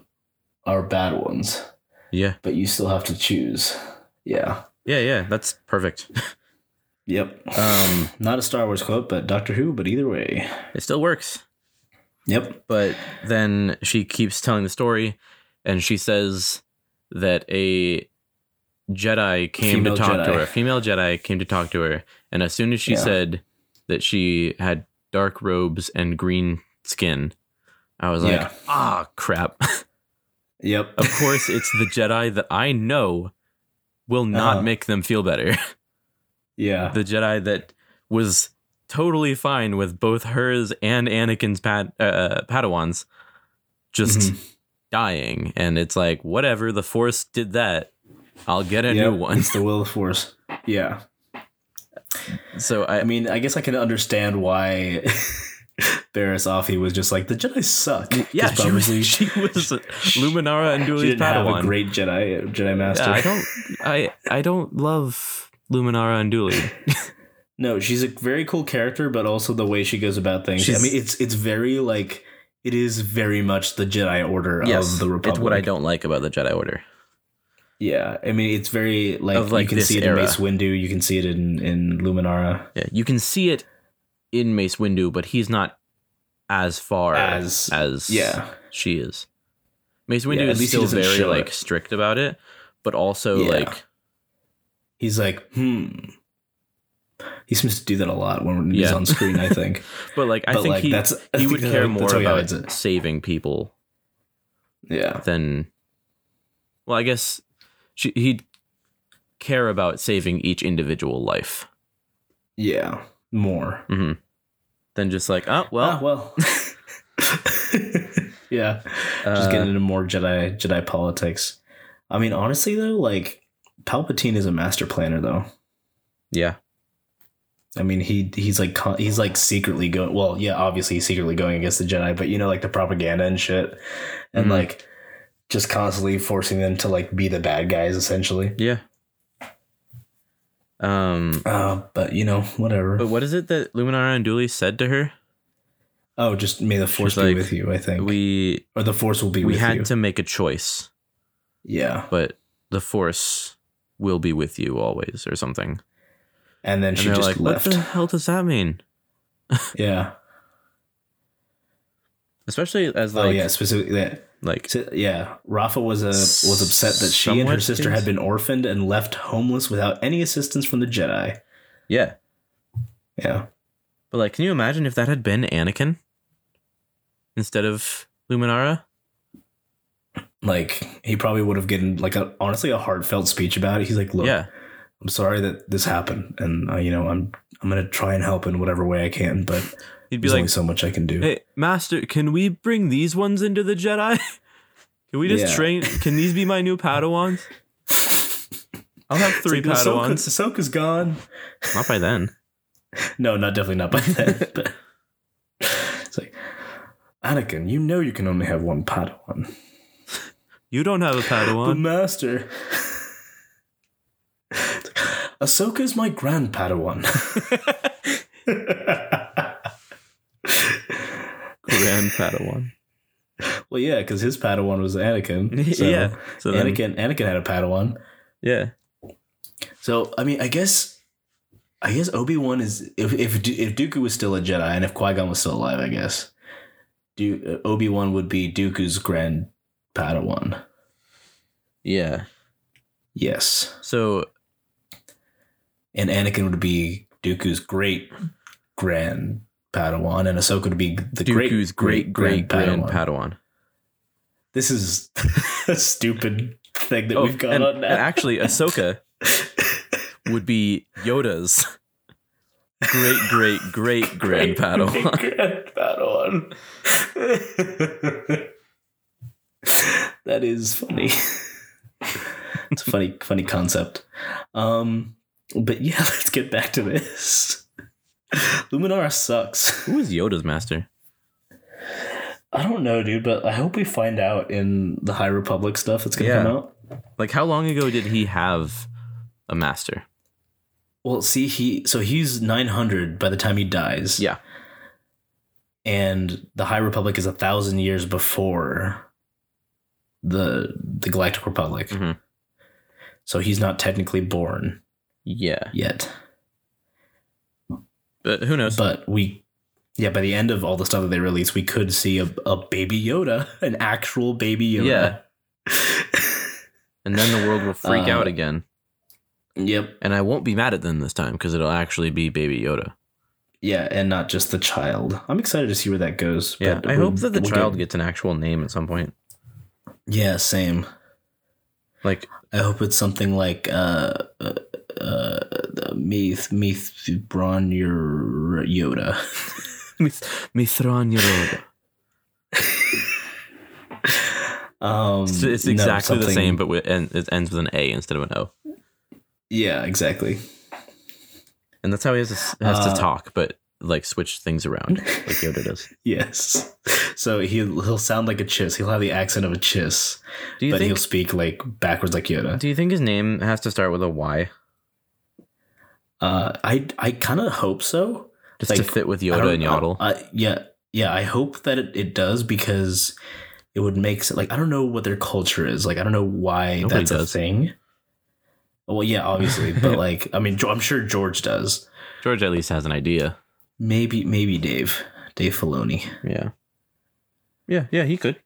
Speaker 3: are bad ones,
Speaker 2: yeah.
Speaker 3: but you still have to choose. Yeah.
Speaker 2: Yeah, yeah, that's perfect.
Speaker 3: Yep.
Speaker 2: Um
Speaker 3: Not a Star Wars quote, but Doctor Who. But either way.
Speaker 2: it still works.
Speaker 3: Yep.
Speaker 2: but then she keeps telling the story and she says that a jedi came
Speaker 3: Female
Speaker 2: to talk to
Speaker 3: Jedi.
Speaker 2: her a female jedi came to talk to her and as soon as she
Speaker 3: Yeah.
Speaker 2: said that she had dark robes and green skin i was like
Speaker 3: Yeah.
Speaker 2: ah crap
Speaker 3: Yep.
Speaker 2: of course it's the jedi that i know will not
Speaker 3: Uh-huh.
Speaker 2: make them feel better
Speaker 3: Yeah.
Speaker 2: the jedi that was totally fine with both hers and anakin's pad- uh, padawans just
Speaker 3: Mhm.
Speaker 2: dying and it's like whatever the force did that i'll get a
Speaker 3: Yep.
Speaker 2: new one
Speaker 3: It's the will of force. Yeah.
Speaker 2: so i
Speaker 3: I mean, I guess I can understand why Barris Offee was just like the Jedi suck.
Speaker 2: yeah
Speaker 3: 'Cause
Speaker 2: she was,
Speaker 3: probably
Speaker 2: she was luminara and
Speaker 3: she
Speaker 2: Duly's
Speaker 3: didn't have a
Speaker 2: padawan
Speaker 3: great Jedi Jedi master.
Speaker 2: yeah, i don't i i don't love luminara and Duly.
Speaker 3: no, she's a very cool character, but also the way she goes about things.
Speaker 2: She's-
Speaker 3: I mean, it's it's very like it is very much the Jedi Order of the Republic.
Speaker 2: it's what i don't like about the jedi order
Speaker 3: Yeah, I mean, it's very like,
Speaker 2: Of, like,
Speaker 3: you can
Speaker 2: this
Speaker 3: see it
Speaker 2: era.
Speaker 3: in Mace Windu, you can see it in in Luminara
Speaker 2: yeah you can see it in mace windu but he's not as far as,
Speaker 3: as, yeah,
Speaker 2: she is mace windu
Speaker 3: Yeah,
Speaker 2: is
Speaker 3: at least he
Speaker 2: still
Speaker 3: doesn't
Speaker 2: very
Speaker 3: show
Speaker 2: like
Speaker 3: it.
Speaker 2: strict about it but also
Speaker 3: Yeah.
Speaker 2: like
Speaker 3: he's like hmm. He seems to do that a lot when he's
Speaker 2: Yeah.
Speaker 3: on screen. I think.
Speaker 2: but like i
Speaker 3: but
Speaker 2: think
Speaker 3: like
Speaker 2: he
Speaker 3: that's I
Speaker 2: he
Speaker 3: think
Speaker 2: would
Speaker 3: that-
Speaker 2: care
Speaker 3: that's
Speaker 2: more
Speaker 3: how he
Speaker 2: about
Speaker 3: hides it.
Speaker 2: saving people
Speaker 3: Yeah,
Speaker 2: than well i guess she, he'd care about saving each individual life
Speaker 3: yeah, more.
Speaker 2: hmm than just like oh well,
Speaker 3: Ah, well. yeah, Oh, just
Speaker 2: uh,
Speaker 3: getting into more Jedi Jedi politics. I mean, honestly though, like Palpatine is a master planner though.
Speaker 2: yeah
Speaker 3: I mean, he he's like con- he's like secretly going. Well, yeah, obviously he's secretly going against the Jedi, but you know, like the propaganda and shit, and
Speaker 2: Mhm.
Speaker 3: like just constantly forcing them to like be the bad guys essentially.
Speaker 2: yeah um
Speaker 3: Uh, but you know, whatever.
Speaker 2: but what is it that luminara and dooley said to her
Speaker 3: oh, just may the force be
Speaker 2: like,
Speaker 3: with you. I think
Speaker 2: we
Speaker 3: or the force will be
Speaker 2: we
Speaker 3: with
Speaker 2: had
Speaker 3: you.
Speaker 2: to make a choice
Speaker 3: yeah.
Speaker 2: but the force will be with you always or something
Speaker 3: And
Speaker 2: and
Speaker 3: then she
Speaker 2: they're
Speaker 3: just
Speaker 2: like
Speaker 3: left.
Speaker 2: what the hell does that mean
Speaker 3: Yeah.
Speaker 2: especially as like
Speaker 3: oh yeah, specifically that.
Speaker 2: like
Speaker 3: So, yeah, Rafa was a was upset that she and her
Speaker 2: Somewhat
Speaker 3: sister
Speaker 2: is-
Speaker 3: had been orphaned and left homeless without any assistance from the Jedi.
Speaker 2: yeah
Speaker 3: Yeah.
Speaker 2: But like, can you imagine if that had been Anakin instead of Luminara?
Speaker 3: Like he probably would have given like a, honestly a heartfelt speech about it. He's like, look,
Speaker 2: Yeah,
Speaker 3: I'm sorry that this happened, and uh, you know I'm I'm gonna try and help in whatever way I can, but
Speaker 2: he'd be
Speaker 3: there's
Speaker 2: like,
Speaker 3: only so much I can do.
Speaker 2: "Hey, Master, can we bring these ones into the Jedi? can we just
Speaker 3: Yeah.
Speaker 2: train? Can these be my new Padawans? I'll have
Speaker 3: It's
Speaker 2: three
Speaker 3: like, Ahsoka-
Speaker 2: Padawans.
Speaker 3: Ahsoka's gone.
Speaker 2: Not by then.
Speaker 3: No, not definitely not by then. But it's like Anakin, you know you can only have one Padawan.
Speaker 2: You don't have a
Speaker 3: The
Speaker 2: Padawan.
Speaker 3: master. It's like, Ahsoka's my grand Padawan.
Speaker 2: Grand Padawan.
Speaker 3: well, yeah, because his Padawan was Anakin. So
Speaker 2: yeah. So then,
Speaker 3: Anakin, Anakin had a Padawan.
Speaker 2: yeah.
Speaker 3: So I mean, I guess, I guess Obi Wan is if if Du- if Dooku was still a Jedi and if Qui Gon was still alive, I guess, Du- Obi Wan would be Dooku's grand Padawan.
Speaker 2: Yeah.
Speaker 3: Yes,
Speaker 2: So
Speaker 3: and Anakin would be Dooku's great grand Padawan, and Ahsoka would be the
Speaker 2: Dooku's
Speaker 3: great
Speaker 2: great great, grand,
Speaker 3: Padawan.
Speaker 2: Padawan.
Speaker 3: This is a stupid thing that
Speaker 2: Oh,
Speaker 3: we've got
Speaker 2: and,
Speaker 3: on
Speaker 2: and
Speaker 3: now.
Speaker 2: actually, Ahsoka would be Yoda's great great great grand Padawan.
Speaker 3: Grand Padawan. that is funny. it's a funny, funny concept. Um, but yeah, let's get back to this. Luminara sucks.
Speaker 2: Who is Yoda's master?
Speaker 3: I don't know, dude, but I hope we find out in the High Republic stuff that's gonna
Speaker 2: Yeah.
Speaker 3: come out.
Speaker 2: Like, how long ago did he have a master?
Speaker 3: Well, see, he so he's nine hundred by the time he dies.
Speaker 2: Yeah.
Speaker 3: and the High Republic is a thousand years before the the Galactic Republic.
Speaker 2: Mhm.
Speaker 3: So he's not technically born
Speaker 2: Yeah,
Speaker 3: yet,
Speaker 2: but who knows?
Speaker 3: but we, yeah, by the end of all the stuff that they release, we could see a, a baby Yoda, an actual baby Yoda.
Speaker 2: Yeah. and then the world will freak
Speaker 3: Uh,
Speaker 2: out again,
Speaker 3: Yep.
Speaker 2: and I won't be mad at them this time because it'll actually be Baby Yoda.
Speaker 3: Yeah, and not just the child. I'm excited to see where that goes.
Speaker 2: Yeah,
Speaker 3: but
Speaker 2: I
Speaker 3: we'll-
Speaker 2: hope that the
Speaker 3: we'll
Speaker 2: child
Speaker 3: get-
Speaker 2: gets an actual name at some point.
Speaker 3: Yeah, same.
Speaker 2: Like,
Speaker 3: I hope it's something like uh, uh, uh, Meath Meath Bronyer Yoda.
Speaker 2: Mith- Mithran Yoda.
Speaker 3: Um,
Speaker 2: It's, it's
Speaker 3: no,
Speaker 2: exactly the
Speaker 3: something-
Speaker 2: same, but with, and it ends with an A instead of an O.
Speaker 3: Yeah, exactly.
Speaker 2: And that's how he has to, s- has
Speaker 3: Uh,
Speaker 2: to talk, but like switch things around like Yoda does.
Speaker 3: Yes. So he he'll sound like a chiss. He'll have the accent of a chiss,
Speaker 2: Do you
Speaker 3: but he'll
Speaker 2: think?
Speaker 3: speak like backwards like Yoda.
Speaker 2: Do you think his name has to start with a Y
Speaker 3: Uh, I I kind of hope so.
Speaker 2: just to
Speaker 3: Like,
Speaker 2: fit with
Speaker 3: I
Speaker 2: Yoda
Speaker 3: don't- Uh,
Speaker 2: and Yaddle?
Speaker 3: I, I- yeah, yeah. I hope that it, it does because it would make se- like I don't know what their culture is. Like I don't know why
Speaker 2: Nobody
Speaker 3: that's
Speaker 2: does.
Speaker 3: a thing. Well, yeah, obviously, but like I mean, Jo- I'm sure George does.
Speaker 2: George at least has an idea.
Speaker 3: Maybe maybe Dave Dave Filoni.
Speaker 2: Yeah. Yeah, yeah, he could.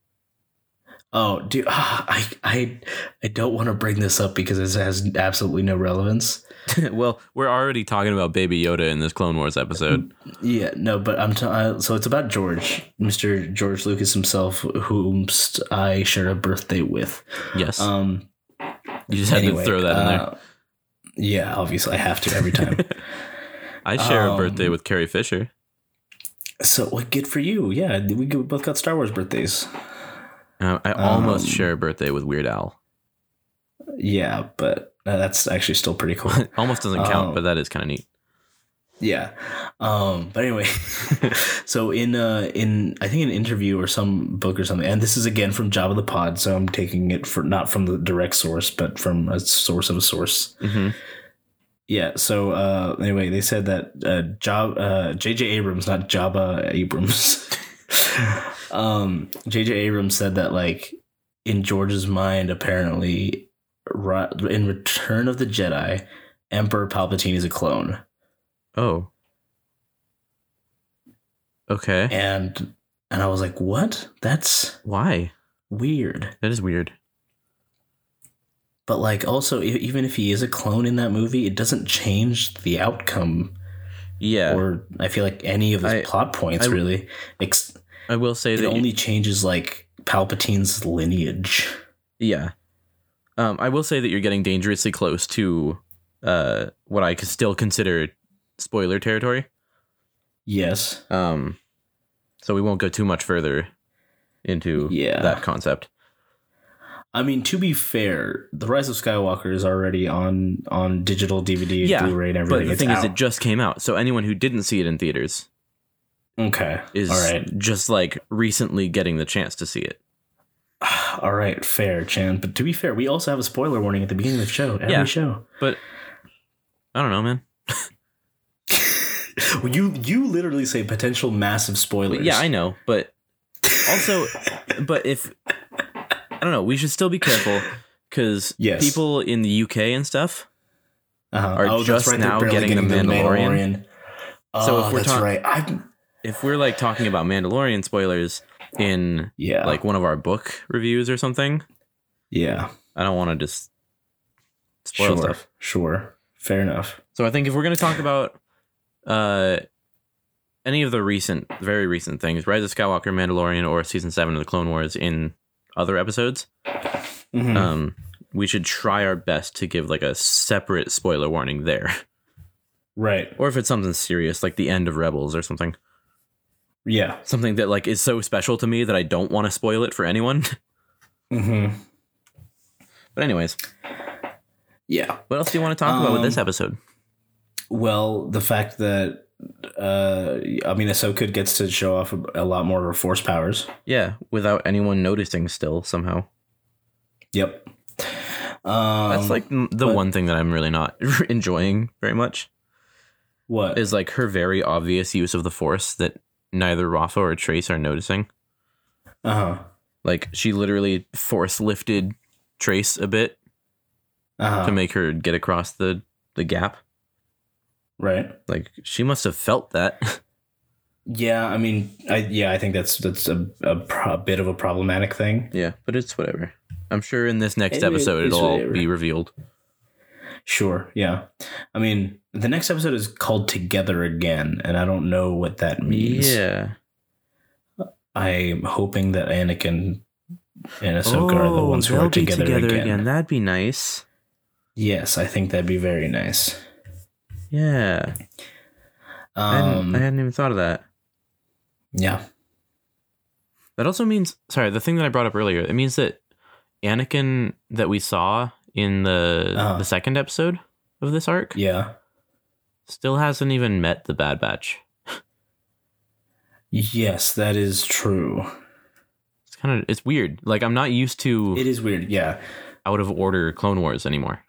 Speaker 3: Oh, dude, ah, I I I don't want to bring this up because this has absolutely no relevance.
Speaker 2: well, we're already talking about Baby Yoda in this Clone Wars episode.
Speaker 3: Yeah, no, but I'm t- I, so it's about George, Mr. George Lucas himself, whom I share a birthday with.
Speaker 2: Yes.
Speaker 3: Um,
Speaker 2: you just had
Speaker 3: anyway,
Speaker 2: to throw that in there.
Speaker 3: uh, yeah, obviously I have to every time.
Speaker 2: I share a
Speaker 3: um,
Speaker 2: birthday with Carrie Fisher.
Speaker 3: so, well, good for you. Yeah, we g- both got Star Wars birthdays.
Speaker 2: Uh, I almost
Speaker 3: um,
Speaker 2: share a birthday with Weird Al.
Speaker 3: Yeah, but uh, that's actually still pretty cool.
Speaker 2: almost doesn't count,
Speaker 3: um,
Speaker 2: but that is kind of neat.
Speaker 3: Yeah. Um, but anyway, so in uh, in I think an interview or some book or something, and this is again from Job of the Pod, so I'm taking it for not from the direct source, but from a source of a source.
Speaker 2: hmm
Speaker 3: Yeah. So uh, anyway, they said that uh, Job uh, JJ Abrams, not Jabba Abrams. um, JJ Abrams said that like in George's mind, apparently, ri- in Return of the Jedi, Emperor Palpatine is a clone.
Speaker 2: Oh. Okay.
Speaker 3: and and I was like, "What? That's
Speaker 2: Why?
Speaker 3: weird."
Speaker 2: That is weird.
Speaker 3: But like, also, e- even if he is a clone in that movie, it doesn't change the outcome
Speaker 2: Yeah.
Speaker 3: or I feel like any of his
Speaker 2: I-
Speaker 3: plot points
Speaker 2: I-
Speaker 3: really. Ex-
Speaker 2: I will say
Speaker 3: it
Speaker 2: that
Speaker 3: only changes like Palpatine's lineage.
Speaker 2: Yeah. Um, I will say that you're getting dangerously close to uh, what I could still consider spoiler territory.
Speaker 3: Yes.
Speaker 2: Um, so we won't go too much further into
Speaker 3: Yeah.
Speaker 2: that concept.
Speaker 3: I mean, to be fair, The Rise of Skywalker is already on on digital DVD,
Speaker 2: Yeah,
Speaker 3: Blu-ray, and everything.
Speaker 2: But the
Speaker 3: It's
Speaker 2: thing is,
Speaker 3: out.
Speaker 2: it just came out. So anyone who didn't see it in theaters
Speaker 3: okay.
Speaker 2: is
Speaker 3: all right,
Speaker 2: just like recently getting the chance to see it.
Speaker 3: all right, fair, Chan. But to be fair, we also have a spoiler warning at the beginning of the show. Every
Speaker 2: Yeah.
Speaker 3: show.
Speaker 2: But I don't know, man.
Speaker 3: Well, you you literally say potential massive spoilers.
Speaker 2: But yeah, I know. But also, but if I don't know, we should still be careful because
Speaker 3: Yes.
Speaker 2: people in the UK and stuff
Speaker 3: uh-huh.
Speaker 2: are
Speaker 3: oh, that's
Speaker 2: just
Speaker 3: right, they're
Speaker 2: now
Speaker 3: barely
Speaker 2: getting The Mandalorian.
Speaker 3: so
Speaker 2: So if
Speaker 3: if we're
Speaker 2: we're
Speaker 3: Oh, that's
Speaker 2: talk-
Speaker 3: right. I
Speaker 2: if we're like talking about Mandalorian spoilers in
Speaker 3: yeah,
Speaker 2: like one of our book reviews or something,
Speaker 3: yeah,
Speaker 2: I don't want to just spoil
Speaker 3: sure,
Speaker 2: stuff.
Speaker 3: sure, fair enough.
Speaker 2: So I think if we're gonna talk about uh any of the recent, very recent things, Rise of Skywalker, Mandalorian, or season seven of the Clone Wars in other episodes,
Speaker 3: Mhm.
Speaker 2: um, we should try our best to give like a separate spoiler warning there,
Speaker 3: right,
Speaker 2: or if it's something serious like the end of Rebels or something,
Speaker 3: yeah,
Speaker 2: something that like is so special to me that I don't want to spoil it for anyone.
Speaker 3: hmm
Speaker 2: but anyways.
Speaker 3: yeah.
Speaker 2: What else do you want to talk about with this
Speaker 3: Um,
Speaker 2: episode?
Speaker 3: Well, the fact that uh I mean Ahsoka gets to show off a, a lot more of her force powers.
Speaker 2: Yeah, without anyone noticing, still somehow.
Speaker 3: Yep. Um,
Speaker 2: That's like m- the
Speaker 3: but-
Speaker 2: one thing that I'm really not enjoying very much
Speaker 3: what
Speaker 2: is like her very obvious use of the force that neither Rafa or Trace are noticing.
Speaker 3: uh huh
Speaker 2: Like she literally force lifted Trace a bit
Speaker 3: uh
Speaker 2: to
Speaker 3: huh
Speaker 2: make her get across the the gap.
Speaker 3: right.
Speaker 2: Like she must have felt that.
Speaker 3: Yeah, I mean, I yeah, I think that's that's a a, pro- a bit of a problematic thing.
Speaker 2: yeah, but it's whatever. I'm sure in this next
Speaker 3: It-
Speaker 2: episode
Speaker 3: it's
Speaker 2: it'll all
Speaker 3: whatever.
Speaker 2: be revealed.
Speaker 3: Sure. Yeah. I mean, the next episode is called Together Again, and I don't know what that means.
Speaker 2: Yeah.
Speaker 3: I'm hoping that Anakin and Ahsoka are the ones who
Speaker 2: Oh, they'll
Speaker 3: are
Speaker 2: be
Speaker 3: together, again.
Speaker 2: That'd be nice.
Speaker 3: Yes, I think that'd be very nice.
Speaker 2: Yeah. I,
Speaker 3: Um,
Speaker 2: hadn't, I hadn't even thought of that.
Speaker 3: yeah.
Speaker 2: That also means, sorry, the thing that I brought up earlier, it means that Anakin that we saw in the
Speaker 3: Uh-huh.
Speaker 2: the second episode of this arc
Speaker 3: Yeah.
Speaker 2: still hasn't even met the Bad Batch.
Speaker 3: Yes, that is true.
Speaker 2: It's kind of it's weird. Like I'm not used to
Speaker 3: It is weird. Yeah.
Speaker 2: out of order Clone Wars anymore.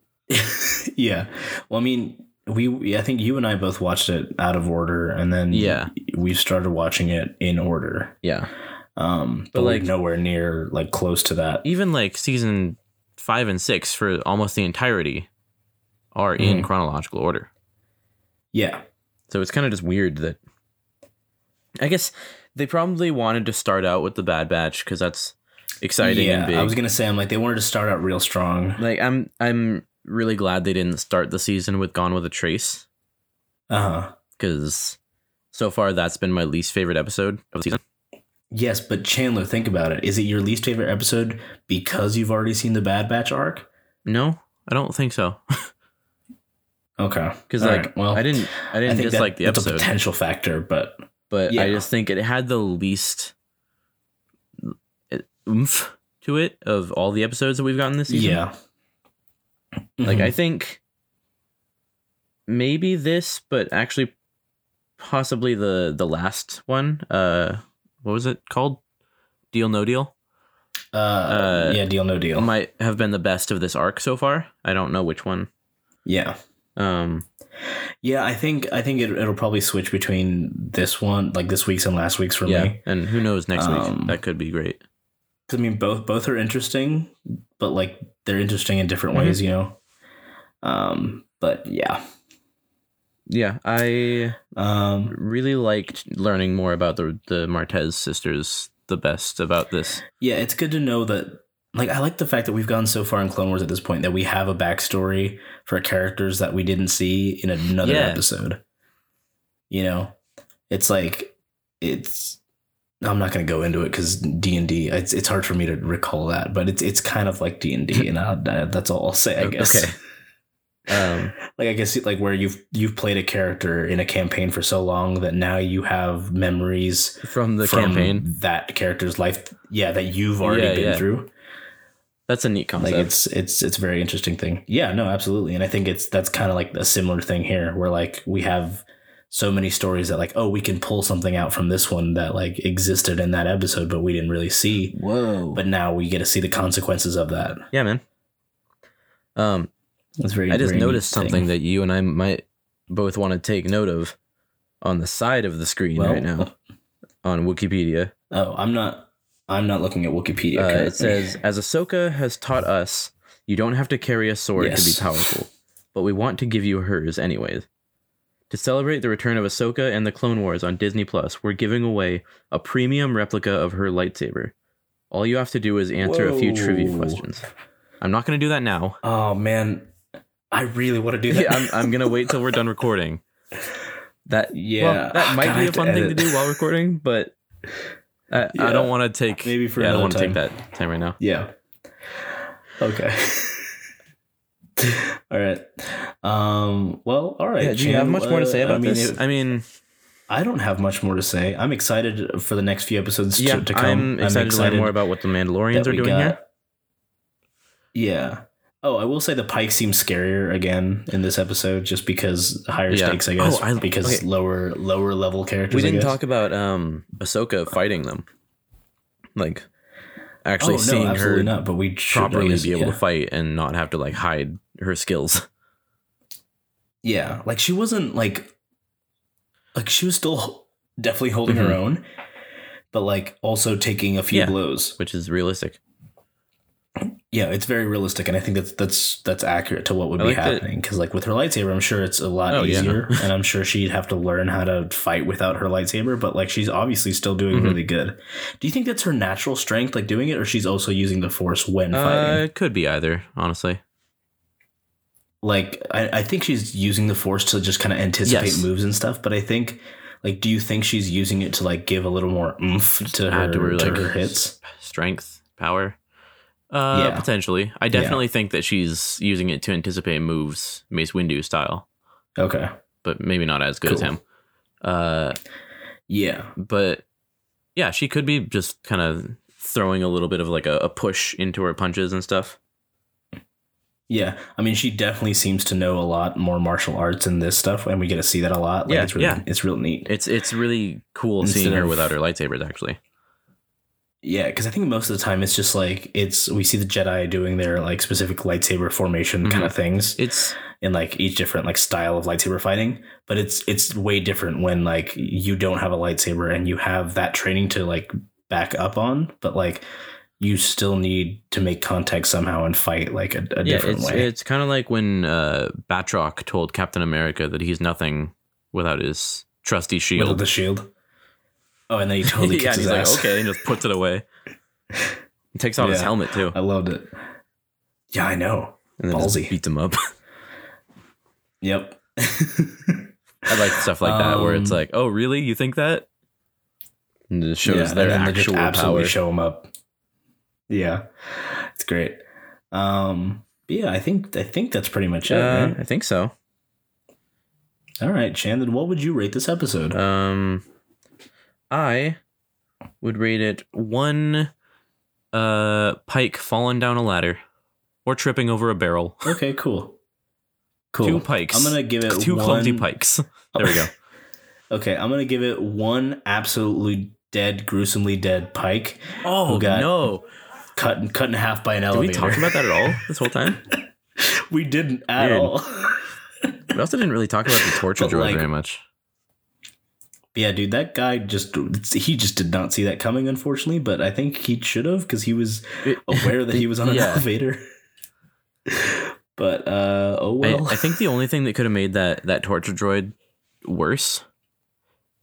Speaker 3: yeah. Well, I mean, we I think you and I both watched it out of order and then
Speaker 2: Yeah.
Speaker 3: we've started watching it in order.
Speaker 2: yeah.
Speaker 3: Um but,
Speaker 2: But,
Speaker 3: we're
Speaker 2: like-
Speaker 3: nowhere near like close to that.
Speaker 2: Even like season 5 and 6 for almost the entirety are
Speaker 3: Mm-hmm.
Speaker 2: in chronological order.
Speaker 3: Yeah.
Speaker 2: So it's kind of just weird that. I guess they probably wanted to start out with the Bad Batch because that's exciting
Speaker 3: yeah,
Speaker 2: and big.
Speaker 3: I was gonna say I'm like they wanted to start out real strong.
Speaker 2: like I'm, I'm really glad they didn't start the season with Gone with a Trace
Speaker 3: Uh huh.
Speaker 2: because so far that's been my least favorite episode of the season.
Speaker 3: Yes, but Chandler, think about it. Is it your least favorite episode because you've already seen the Bad Batch arc?
Speaker 2: No, I don't think so
Speaker 3: Okay.
Speaker 2: because
Speaker 3: All
Speaker 2: like
Speaker 3: right, well,
Speaker 2: I didn't, I
Speaker 3: I
Speaker 2: didn't
Speaker 3: think that-
Speaker 2: dislike the
Speaker 3: that's
Speaker 2: episode,
Speaker 3: a potential factor, but
Speaker 2: but
Speaker 3: yeah.
Speaker 2: I just think it had the least uh, oomph to it of all the episodes that we've gotten this season.
Speaker 3: yeah.
Speaker 2: Like
Speaker 3: Mhm.
Speaker 2: I think maybe this, but actually possibly the the last one. Uh what was it called? Deal no deal
Speaker 3: uh,
Speaker 2: uh,
Speaker 3: yeah, deal no deal.
Speaker 2: might have been the best of this arc so far. I don't know which one.
Speaker 3: yeah.
Speaker 2: Um
Speaker 3: Yeah, I think I think it, it'll probably switch between this one, like this week's and last week's for
Speaker 2: yeah,
Speaker 3: me.
Speaker 2: and who knows next
Speaker 3: Um,
Speaker 2: week? That could be great.
Speaker 3: 'Cause, I mean, both both are interesting, but like they're interesting in different ways, you know. Um, but yeah,
Speaker 2: Yeah, I
Speaker 3: um,
Speaker 2: really liked learning more about the the Martez sisters. The best about this.
Speaker 3: yeah, it's good to know that. Like, I like the fact that we've gone so far in Clone Wars at this point that we have a backstory for characters that we didn't see in another
Speaker 2: Yeah.
Speaker 3: episode. You know, it's like it's. I'm not going to go into it because D and D. It's it's hard for me to recall that, but it's it's kind of like D and D, and I, that's all I'll say. I guess.
Speaker 2: Okay. Um,
Speaker 3: like I guess like where you've you've played a character in a campaign for so long that now you have memories
Speaker 2: from the
Speaker 3: from
Speaker 2: campaign.
Speaker 3: that character's life. Yeah, that you've already
Speaker 2: Yeah,
Speaker 3: been
Speaker 2: yeah.
Speaker 3: through.
Speaker 2: That's a neat concept.
Speaker 3: Like it's it's it's a very interesting thing. Yeah, no, absolutely, and I think it's that's kind of like a similar thing here where like we have so many stories that like oh we can pull something out from this one that like existed in that episode but we didn't really see
Speaker 2: Whoa.
Speaker 3: but now we get to see the consequences of that
Speaker 2: yeah, man. Um,
Speaker 3: that's very
Speaker 2: I just
Speaker 3: very neat
Speaker 2: noticed
Speaker 3: thing.
Speaker 2: something that you and I might both want to take note of on the side of the screen
Speaker 3: Well- uh,
Speaker 2: right now on Wikipedia.
Speaker 3: oh i'm not i'm not looking at wikipedia
Speaker 2: Uh,
Speaker 3: currently.
Speaker 2: it says, as Ahsoka has taught us, you don't have to carry a sword to
Speaker 3: Yes.
Speaker 2: be powerful, but we want to give you hers anyways. To celebrate the return of Ahsoka and the Clone Wars on Disney Plus, we're giving away a premium replica of her lightsaber. All you have to do is answer a few trivia
Speaker 3: Whoa.
Speaker 2: questions. I'm not going to do that now.
Speaker 3: Oh man, I really want to do that.
Speaker 2: Yeah, I'm, I'm going to wait till we're done recording. That
Speaker 3: Yeah.
Speaker 2: well, that might
Speaker 3: God, I
Speaker 2: be a
Speaker 3: have
Speaker 2: fun thing to
Speaker 3: edit.
Speaker 2: do while recording, but I, I
Speaker 3: Yeah.
Speaker 2: don't want to take
Speaker 3: Maybe for
Speaker 2: yeah, I don't
Speaker 3: another
Speaker 2: want to take
Speaker 3: time.
Speaker 2: that time right now.
Speaker 3: Yeah. Okay. all right. Um. Well. All right.
Speaker 2: Yeah, do you have
Speaker 3: Chan,
Speaker 2: much more to
Speaker 3: uh,
Speaker 2: say about
Speaker 3: I mean,
Speaker 2: this?
Speaker 3: if-
Speaker 2: I mean,
Speaker 3: I don't have much more to say. I'm excited for the next few episodes
Speaker 2: yeah,
Speaker 3: to, to come.
Speaker 2: I'm, excited to learn more about what the Mandalorians
Speaker 3: that
Speaker 2: are
Speaker 3: we
Speaker 2: doing
Speaker 3: got-
Speaker 2: here.
Speaker 3: Yeah. Oh, I will say the Pike seems scarier again in this episode, just because higher
Speaker 2: Yeah.
Speaker 3: stakes, I guess,
Speaker 2: Oh, I-
Speaker 3: because
Speaker 2: okay.
Speaker 3: lower lower level
Speaker 2: We
Speaker 3: characters. I
Speaker 2: didn't
Speaker 3: guess.
Speaker 2: talk about um Ahsoka fighting them, like
Speaker 3: Oh
Speaker 2: actually
Speaker 3: no,
Speaker 2: seeing
Speaker 3: absolutely
Speaker 2: her
Speaker 3: not. But we should, I
Speaker 2: properly
Speaker 3: guess,
Speaker 2: be able
Speaker 3: yeah.
Speaker 2: to fight and not have to like hide her skills.
Speaker 3: Yeah, like she wasn't like like she was still definitely holding her
Speaker 2: Mhm.
Speaker 3: own, but like also taking a few
Speaker 2: Yeah.
Speaker 3: blows.
Speaker 2: which is realistic.
Speaker 3: Yeah, it's very realistic, and I think that's that's that's accurate to what would
Speaker 2: I
Speaker 3: be
Speaker 2: like that-
Speaker 3: happening. Because like with her lightsaber, I'm sure it's a lot
Speaker 2: Oh, yeah.
Speaker 3: easier, and I'm sure she'd have to learn how to fight without her lightsaber. But like she's obviously still doing
Speaker 2: Mhm.
Speaker 3: really good. Do you think that's her natural strength, like doing it, or she's also using the force when
Speaker 2: Uh,
Speaker 3: fighting?
Speaker 2: it could be either, honestly.
Speaker 3: like I, I think she's using the force to just kind of anticipate
Speaker 2: Yes.
Speaker 3: moves and stuff but i think like do you think she's using it to like give a little more oomph to her,
Speaker 2: Add
Speaker 3: to her,
Speaker 2: like,
Speaker 3: hits
Speaker 2: strength, power. Uh,
Speaker 3: Yeah.
Speaker 2: potentially. I definitely think that she's using it to anticipate moves, Mace Windu style,
Speaker 3: okay
Speaker 2: but maybe not as good as
Speaker 3: Cool.
Speaker 2: him. Uh,
Speaker 3: yeah
Speaker 2: but yeah, she could be just kind of throwing a little bit of like a, a push into her punches and stuff.
Speaker 3: yeah i mean she definitely seems to know a lot more martial arts and this stuff and we get to see that a lot like
Speaker 2: Yeah,
Speaker 3: it's really
Speaker 2: yeah.
Speaker 3: it's real neat
Speaker 2: It's it's really cool
Speaker 3: Instead
Speaker 2: seeing her
Speaker 3: of-
Speaker 2: without her lightsabers. Actually,
Speaker 3: yeah because i think most of the time it's just like it's we see the jedi doing their like specific lightsaber formation
Speaker 2: Mm-hmm.
Speaker 3: kind of things
Speaker 2: it's
Speaker 3: in like each different like style of lightsaber fighting but it's it's way different when like you don't have a lightsaber and you have that training to like back up on but like you still need to make contact somehow and fight like a,
Speaker 2: yeah,
Speaker 3: a different
Speaker 2: it's
Speaker 3: way
Speaker 2: it's kind of like when uh, Batroc told Captain America that he's nothing without his trusty
Speaker 3: with
Speaker 2: shield.
Speaker 3: the shield oh and then he totally kicks
Speaker 2: yeah, and
Speaker 3: his
Speaker 2: he's
Speaker 3: ass
Speaker 2: like, okay, and just puts it away. He takes off his
Speaker 3: Yeah.
Speaker 2: helmet too,
Speaker 3: i loved it yeah i know
Speaker 2: and then just
Speaker 3: ballsy.
Speaker 2: beats him up.
Speaker 3: yep
Speaker 2: I like stuff like that where it's
Speaker 3: Um,
Speaker 2: like, oh, really? You think that? And it shows
Speaker 3: and
Speaker 2: their
Speaker 3: then they
Speaker 2: actual
Speaker 3: absolutely
Speaker 2: power.
Speaker 3: Show them up. Yeah, it's great. Um, but yeah, I think I think that's pretty much it.
Speaker 2: Uh,
Speaker 3: right?
Speaker 2: I think so.
Speaker 3: All right, Shannon, what would you rate this episode?
Speaker 2: Um, I would rate it one uh pike falling down a ladder or tripping over a barrel.
Speaker 3: okay, cool. Cool.
Speaker 2: Two pikes.
Speaker 3: I'm gonna give it
Speaker 2: Two
Speaker 3: one,
Speaker 2: clumsy pikes. There we go.
Speaker 3: Okay, I'm gonna give it one absolutely dead, gruesomely dead pike
Speaker 2: Oh
Speaker 3: Who got
Speaker 2: no!
Speaker 3: cut and cut in half by an
Speaker 2: Did we
Speaker 3: elevator.
Speaker 2: talk about that at all this whole time?
Speaker 3: we didn't at
Speaker 2: Weird.
Speaker 3: all.
Speaker 2: We also didn't really talk about the torture
Speaker 3: But,
Speaker 2: droid
Speaker 3: like,
Speaker 2: very much.
Speaker 3: yeah, dude, that guy just he just did not see that coming, unfortunately. But I think he should have because he was aware that he was on an
Speaker 2: Yeah.
Speaker 3: elevator. but uh, oh
Speaker 2: I,
Speaker 3: well.
Speaker 2: I think the only thing that could have made that that torture droid worse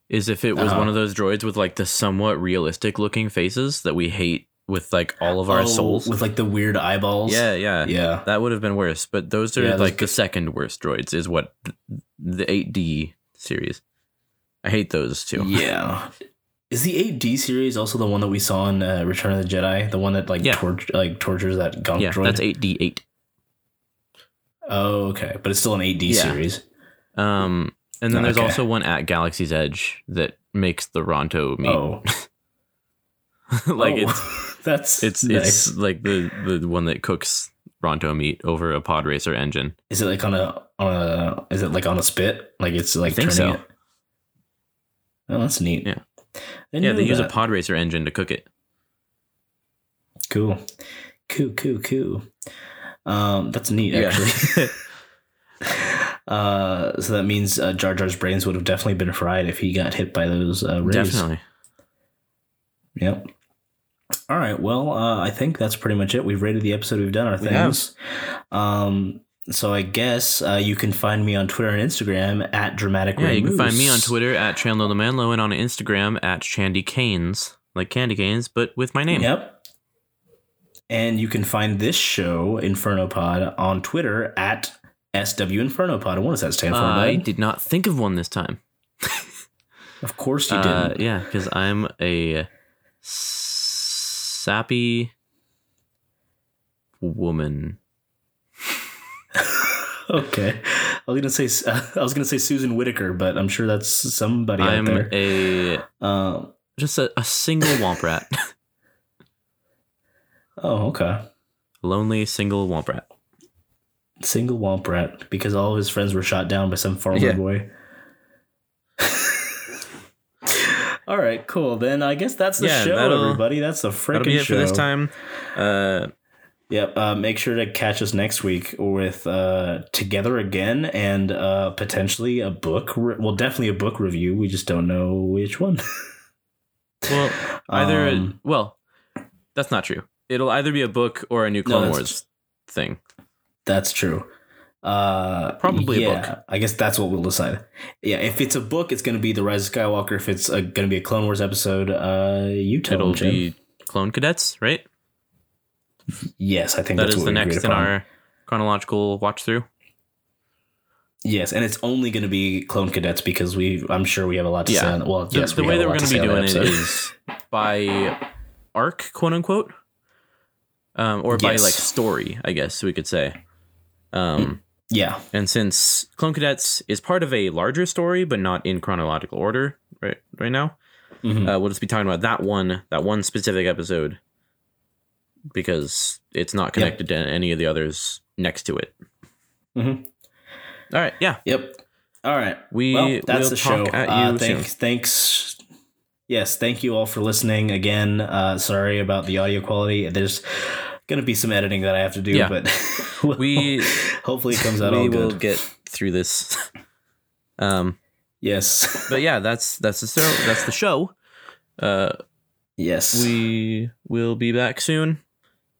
Speaker 2: is if it was
Speaker 3: Uh-huh.
Speaker 2: one of those droids with like the somewhat realistic looking faces that we hate with like all of our
Speaker 3: Oh,
Speaker 2: souls.
Speaker 3: with like the weird eyeballs.
Speaker 2: yeah, yeah,
Speaker 3: yeah,
Speaker 2: That would have been worse. But those are
Speaker 3: Yeah, those
Speaker 2: like the
Speaker 3: could-
Speaker 2: second worst droids is what th- the 8D series. I hate those too.
Speaker 3: Yeah. Is the AD series also the one that we saw in uh, Return of the Jedi? The one that like
Speaker 2: Yeah.
Speaker 3: tor- like tortures that gunk
Speaker 2: Yeah,
Speaker 3: droid?
Speaker 2: that's eight D eight.
Speaker 3: Oh, okay. But it's still an AD
Speaker 2: Yeah.
Speaker 3: series.
Speaker 2: Um, and then there's
Speaker 3: Ah, Okay.
Speaker 2: also one at Galaxy's Edge that makes the Ronto meat.
Speaker 3: Oh.
Speaker 2: like
Speaker 3: Oh,
Speaker 2: it's
Speaker 3: that's
Speaker 2: it's
Speaker 3: nice.
Speaker 2: it's like the the one that cooks Ronto meat over a pod racer engine.
Speaker 3: Is it like on a on a is it like on a spit? Like it's like
Speaker 2: think
Speaker 3: turning
Speaker 2: so.
Speaker 3: it. Oh, that's neat.
Speaker 2: Yeah.
Speaker 3: I
Speaker 2: yeah, they
Speaker 3: knew
Speaker 2: use a
Speaker 3: that.
Speaker 2: pod racer engine to cook it.
Speaker 3: Cool. Cool, cool, cool. Um, that's neat actually. Uh, so that means uh, Jar Jar's brains would have definitely been fried if he got hit by those uh, rays.
Speaker 2: definitely.
Speaker 3: Yep. All right. Well, uh, I think that's pretty much it. We've rated the episode. We've done our
Speaker 2: We have.
Speaker 3: things. Um, so I guess uh, you can find me on Twitter and Instagram at dramatic.
Speaker 2: Yeah,
Speaker 3: Ray
Speaker 2: you can find me on
Speaker 3: Moose.
Speaker 2: Twitter at Chandler Lamanlo and on Instagram at Chandy Canes, like candy canes, but with my name.
Speaker 3: Yep. And you can find this show Inferno Pod on Twitter at SW Inferno Pod. And what does that stand for?
Speaker 2: I
Speaker 3: bud?
Speaker 2: Uh, did not think of one this time.
Speaker 3: of course you
Speaker 2: Uh,
Speaker 3: didn't.
Speaker 2: yeah, because I'm a sappy woman.
Speaker 3: Okay. I was gonna say I was gonna say Susan Whitaker, but I'm sure that's somebody
Speaker 2: I'm
Speaker 3: out
Speaker 2: a
Speaker 3: there. Um,
Speaker 2: just a, a single womp rat,
Speaker 3: oh, okay.
Speaker 2: lonely single womp rat.
Speaker 3: Single womp rat because all of his friends were shot down by some farmer
Speaker 2: Yeah.
Speaker 3: boy. all right, cool. Then I guess that's the
Speaker 2: Yeah,
Speaker 3: show,
Speaker 2: that'll-
Speaker 3: everybody. That's the freaking
Speaker 2: That'll be it
Speaker 3: show.
Speaker 2: for this time. Uh,
Speaker 3: Yep. Uh, make sure to catch us next week with uh, Together Again and uh, potentially a book. Re- well, definitely a book review. We just don't know which one.
Speaker 2: well, either
Speaker 3: Um,
Speaker 2: well, that's not true. It'll either be a book or a new Clone
Speaker 3: that's-
Speaker 2: Wars thing.
Speaker 3: That's true. Uh,
Speaker 2: Probably a
Speaker 3: yeah, I guess that's what we'll decide. Yeah, if it's a book, it's going to be The Rise of Skywalker. If it's uh going to be a Clone Wars episode, uh, you tell
Speaker 2: It'll
Speaker 3: them, Jim.
Speaker 2: be Clone Cadets, right?
Speaker 3: Yes, I think
Speaker 2: that
Speaker 3: that's
Speaker 2: is the
Speaker 3: what we agreed
Speaker 2: next in
Speaker 3: upon.
Speaker 2: our chronological watch through.
Speaker 3: Yes, and it's only going to be Clone Cadets because we. I'm sure we have a lot to
Speaker 2: Yeah.
Speaker 3: say. On, well,
Speaker 2: The,
Speaker 3: yes,
Speaker 2: the
Speaker 3: we
Speaker 2: way
Speaker 3: have
Speaker 2: that
Speaker 3: a
Speaker 2: we're
Speaker 3: lot
Speaker 2: going to
Speaker 3: say
Speaker 2: be
Speaker 3: on that
Speaker 2: doing it
Speaker 3: episode.
Speaker 2: is by arc, quote unquote, um, or by
Speaker 3: Yes.
Speaker 2: like story, I guess we could say. Um,
Speaker 3: yeah,
Speaker 2: and since Clone Cadets is part of a larger story, but not in chronological order, right? Right now,
Speaker 3: Mhm.
Speaker 2: uh, we'll just be talking about that one, that one specific episode, because it's not connected to any of the others next to it.
Speaker 3: Mhm.
Speaker 2: All right, yeah,
Speaker 3: yep. All right.
Speaker 2: we
Speaker 3: well, that's
Speaker 2: will
Speaker 3: the show.
Speaker 2: talk at
Speaker 3: Uh,
Speaker 2: you soon.
Speaker 3: thanks, thanks. Yes, thank you all for listening again. Uh, sorry about the audio quality. There's going to be some editing that I have to do,
Speaker 2: Yeah.
Speaker 3: but we'll-
Speaker 2: We-
Speaker 3: hopefully it comes out
Speaker 2: we
Speaker 3: all
Speaker 2: will
Speaker 3: good.
Speaker 2: get through this. um,
Speaker 3: yes,
Speaker 2: but yeah, that's that's the show. That's the show. Uh,
Speaker 3: yes,
Speaker 2: we will be back soon.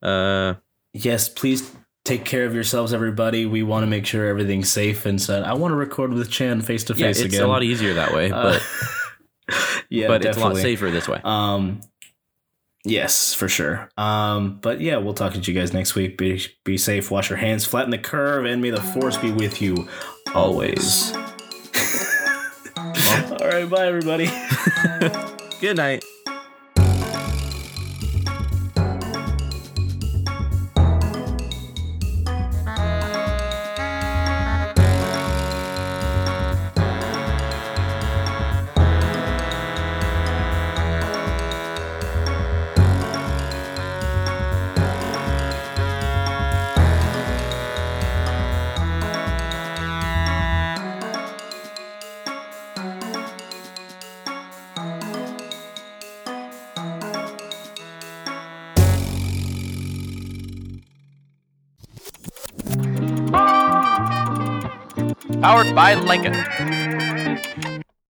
Speaker 2: Uh,
Speaker 3: yes. Please take care of yourselves, everybody. We want to make sure everything's safe and so I want to record with Chan face to
Speaker 2: yeah,
Speaker 3: face
Speaker 2: it's
Speaker 3: again.
Speaker 2: a lot easier that way,
Speaker 3: Uh,
Speaker 2: but
Speaker 3: yeah,
Speaker 2: but it's a lot
Speaker 3: definitely.
Speaker 2: safer this way.
Speaker 3: Um, yes, for sure. Um, but yeah, we'll talk to you guys next week. Be, be safe, wash your hands, flatten the curve, and may the force be with you always. All right, bye, everybody.
Speaker 2: Good night.
Speaker 1: powered by Lincoln.